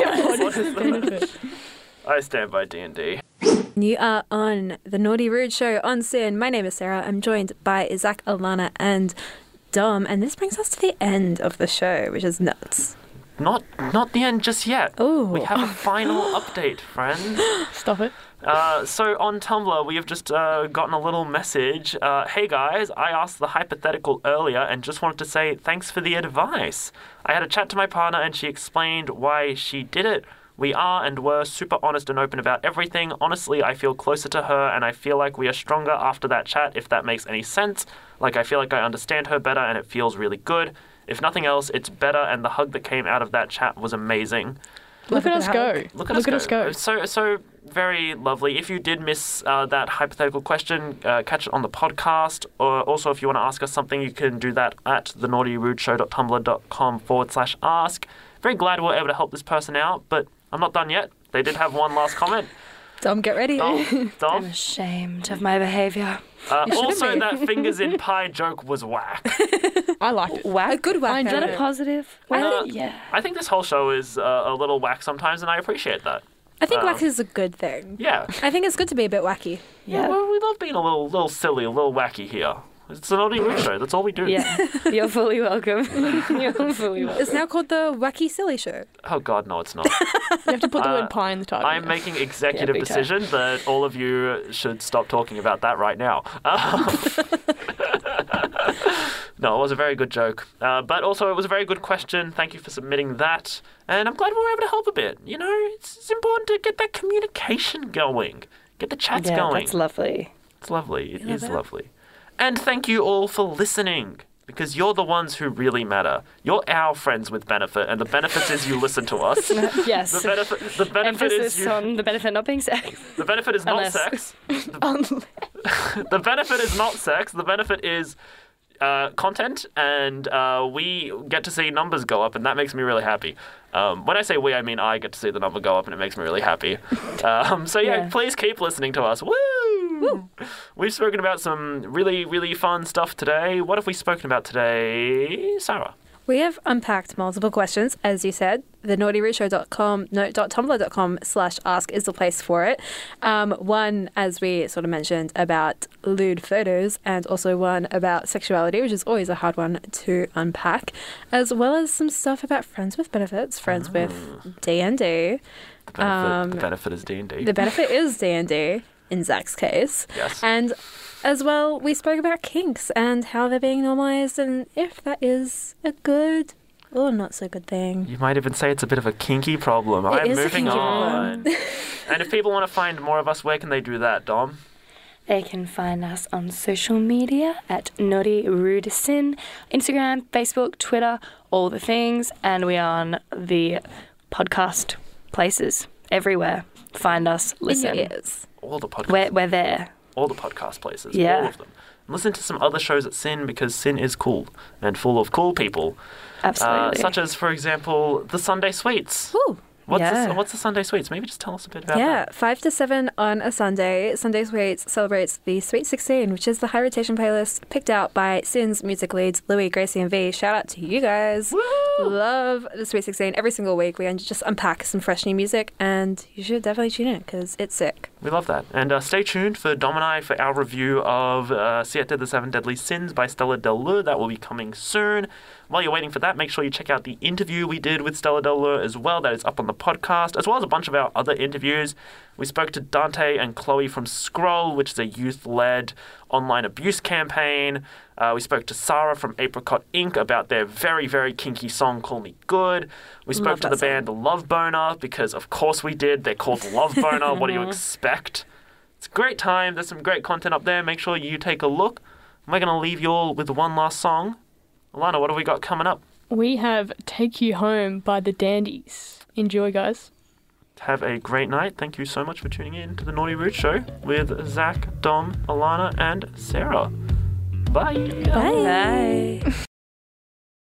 Speaker 7: I stand by D and D.
Speaker 8: You are on the Naughty Rude Show on Sin. My name is Sarah. I'm joined by Isaac, Alana, and Dom. And this brings us to the end of the show, which is nuts.
Speaker 7: Not not the end just yet.
Speaker 8: Ooh.
Speaker 7: We have a final update, friends.
Speaker 9: Stop it.
Speaker 7: Uh, so on Tumblr, we have just uh, gotten a little message. Uh, hey guys, I asked the hypothetical earlier and just wanted to say thanks for the advice. I had a chat to my partner and she explained why she did it. We are and were super honest and open about everything. Honestly, I feel closer to her and I feel like we are stronger after that chat, if that makes any sense. Like, I feel like I understand her better and it feels really good. If nothing else, it's better, and the hug that came out of that chat was amazing.
Speaker 9: Look at us go.
Speaker 7: Look at, us, go. So so very lovely. If you did miss uh, that hypothetical question, uh, catch it on the podcast. Or also, if you want to ask us something, you can do that at thenaughtyrudeshow.tumblr.com forward slash ask. Very glad we were able to help this person out, but I'm not done yet. They did have one last comment.
Speaker 8: Dom, get ready.
Speaker 7: Dom,
Speaker 5: I'm
Speaker 7: Dom.
Speaker 5: ashamed of my behaviour.
Speaker 7: Uh, also, that fingers in pie joke was whack.
Speaker 9: I liked it.
Speaker 5: Whack.
Speaker 8: A good whack.
Speaker 5: Is that
Speaker 8: though.
Speaker 5: a positive?
Speaker 7: Uh,
Speaker 5: Well, yeah.
Speaker 7: I think this whole show is uh, a little whack sometimes, and I appreciate that.
Speaker 8: I think
Speaker 7: Um,
Speaker 8: wacky is a good thing.
Speaker 7: Yeah.
Speaker 8: I think it's good to be a bit wacky.
Speaker 7: Yeah,
Speaker 5: Yeah.
Speaker 7: well, we love being a little, little silly, a little wacky here. It's an naughty root show. That's all we do.
Speaker 5: Yeah. You're fully welcome. You're fully welcome.
Speaker 8: It's now called the Wacky Silly Show.
Speaker 7: Oh God, no, it's not.
Speaker 9: You have to put the
Speaker 7: Uh,
Speaker 9: word pie in the title.
Speaker 7: I'm making executive
Speaker 5: Yeah, big time.
Speaker 7: decision that all of you should stop talking about that right now. Um, no, it was a very good joke, uh, but also it was a very good question. Thank you for submitting that, and I'm glad we were able to help a bit. You know, it's, it's important to get that communication going, get the chats
Speaker 5: yeah,
Speaker 7: going.
Speaker 5: that's lovely.
Speaker 7: It's lovely. It is lovely. And thank you all for listening. Because you're the ones who really matter. You're our friends with benefit, and the benefit is you listen to us. The
Speaker 5: yes.
Speaker 7: benefit, the benefit is
Speaker 5: Emphasis
Speaker 7: you.
Speaker 5: on the benefit not being sex.
Speaker 7: The benefit is not
Speaker 5: Unless-
Speaker 7: sex. The, the benefit is not sex. The benefit is uh, content, and uh, we get to see numbers go up, and that makes me really happy. Um, when I say we, I mean I get to see the number go up, and it makes me really happy. Um, so yeah,
Speaker 5: Yeah.
Speaker 7: please keep listening to us. Woo! We've spoken about some really, really fun stuff today. What have we spoken about today, Sarah?
Speaker 8: We have unpacked multiple questions, as you said. The naughtyrootshow.com, no, dot tumblr.com slash ask is the place for it. Um, one, as we sort of mentioned, about lewd photos, and also one about sexuality, which is always a hard one to unpack, as well as some stuff about friends with benefits, friends with D&D.
Speaker 7: The benefit, the
Speaker 8: Um,
Speaker 7: benefit is D and D.
Speaker 8: The benefit is D&D, in Zach's case.
Speaker 7: Yes.
Speaker 8: And as well, we spoke about kinks and how they're being normalized and if that is a good or not so good thing.
Speaker 7: You might even say it's a bit of a kinky problem. I'm
Speaker 8: is a
Speaker 7: moving
Speaker 8: kinky
Speaker 7: on. and if people want to find more of us, where can they do that, Dom?
Speaker 5: They can find us on social media at Naughty Rude Sin, Instagram, Facebook, Twitter, all the things, and we are on the podcast places everywhere. Find us,
Speaker 8: In your
Speaker 5: listen.
Speaker 8: ears.
Speaker 7: All the podcast,
Speaker 5: We're, we're there.
Speaker 7: all the podcast places,
Speaker 5: Yeah.
Speaker 7: all of them. And listen to some other shows at Sin because Sin is cool and full of cool people, uh,
Speaker 8: Ah,
Speaker 5: Absolutely.
Speaker 7: such as, for example, the Sunday Sweets.
Speaker 8: Ooh.
Speaker 7: What's
Speaker 5: Yeah.
Speaker 7: the, what's the Sunday Sweets? Maybe just tell us a bit about
Speaker 8: Yeah,
Speaker 7: that.
Speaker 8: 5 to 7 on a Sunday. Sunday Sweets celebrates the Sweet 16, which is the high rotation playlist picked out by Sin's music leads Louis, Gracie, and V. Shout out to you guys. Love the Sweet 16 every single week. We un- just unpack some fresh new music, and you should definitely tune in because it's sick.
Speaker 7: We love that. And uh, stay tuned for Dom and I for our review of uh, Siete the Seven Deadly Sins by Stella Del Lure. That will be coming soon. While you're waiting for that, make sure you check out the interview we did with Stella Del Lure as well. That is up on the podcast, as well as a bunch of our other interviews. We spoke to Dante and Chloe from Scroll, which is a youth led online abuse campaign. Uh, we spoke to Sarah from Apricot Inc. about their very, very kinky song, Call Me Good. We spoke
Speaker 8: Love
Speaker 7: to
Speaker 8: that
Speaker 7: the
Speaker 8: song.
Speaker 7: band Love Boner because, of course, we did. They're called Love Boner. what do
Speaker 8: Mhm.
Speaker 7: you expect? It's a great time. There's some great content up there. Make sure you take a look. And we're going to leave you all with one last song. Alana, what have we got coming up?
Speaker 9: We have Take You Home by the Dandies. Enjoy, guys.
Speaker 7: Have a great night. Thank you so much for tuning in to the Naughty Root Show with Zach, Dom, Alana, and Sarah. Bye.
Speaker 5: Bye.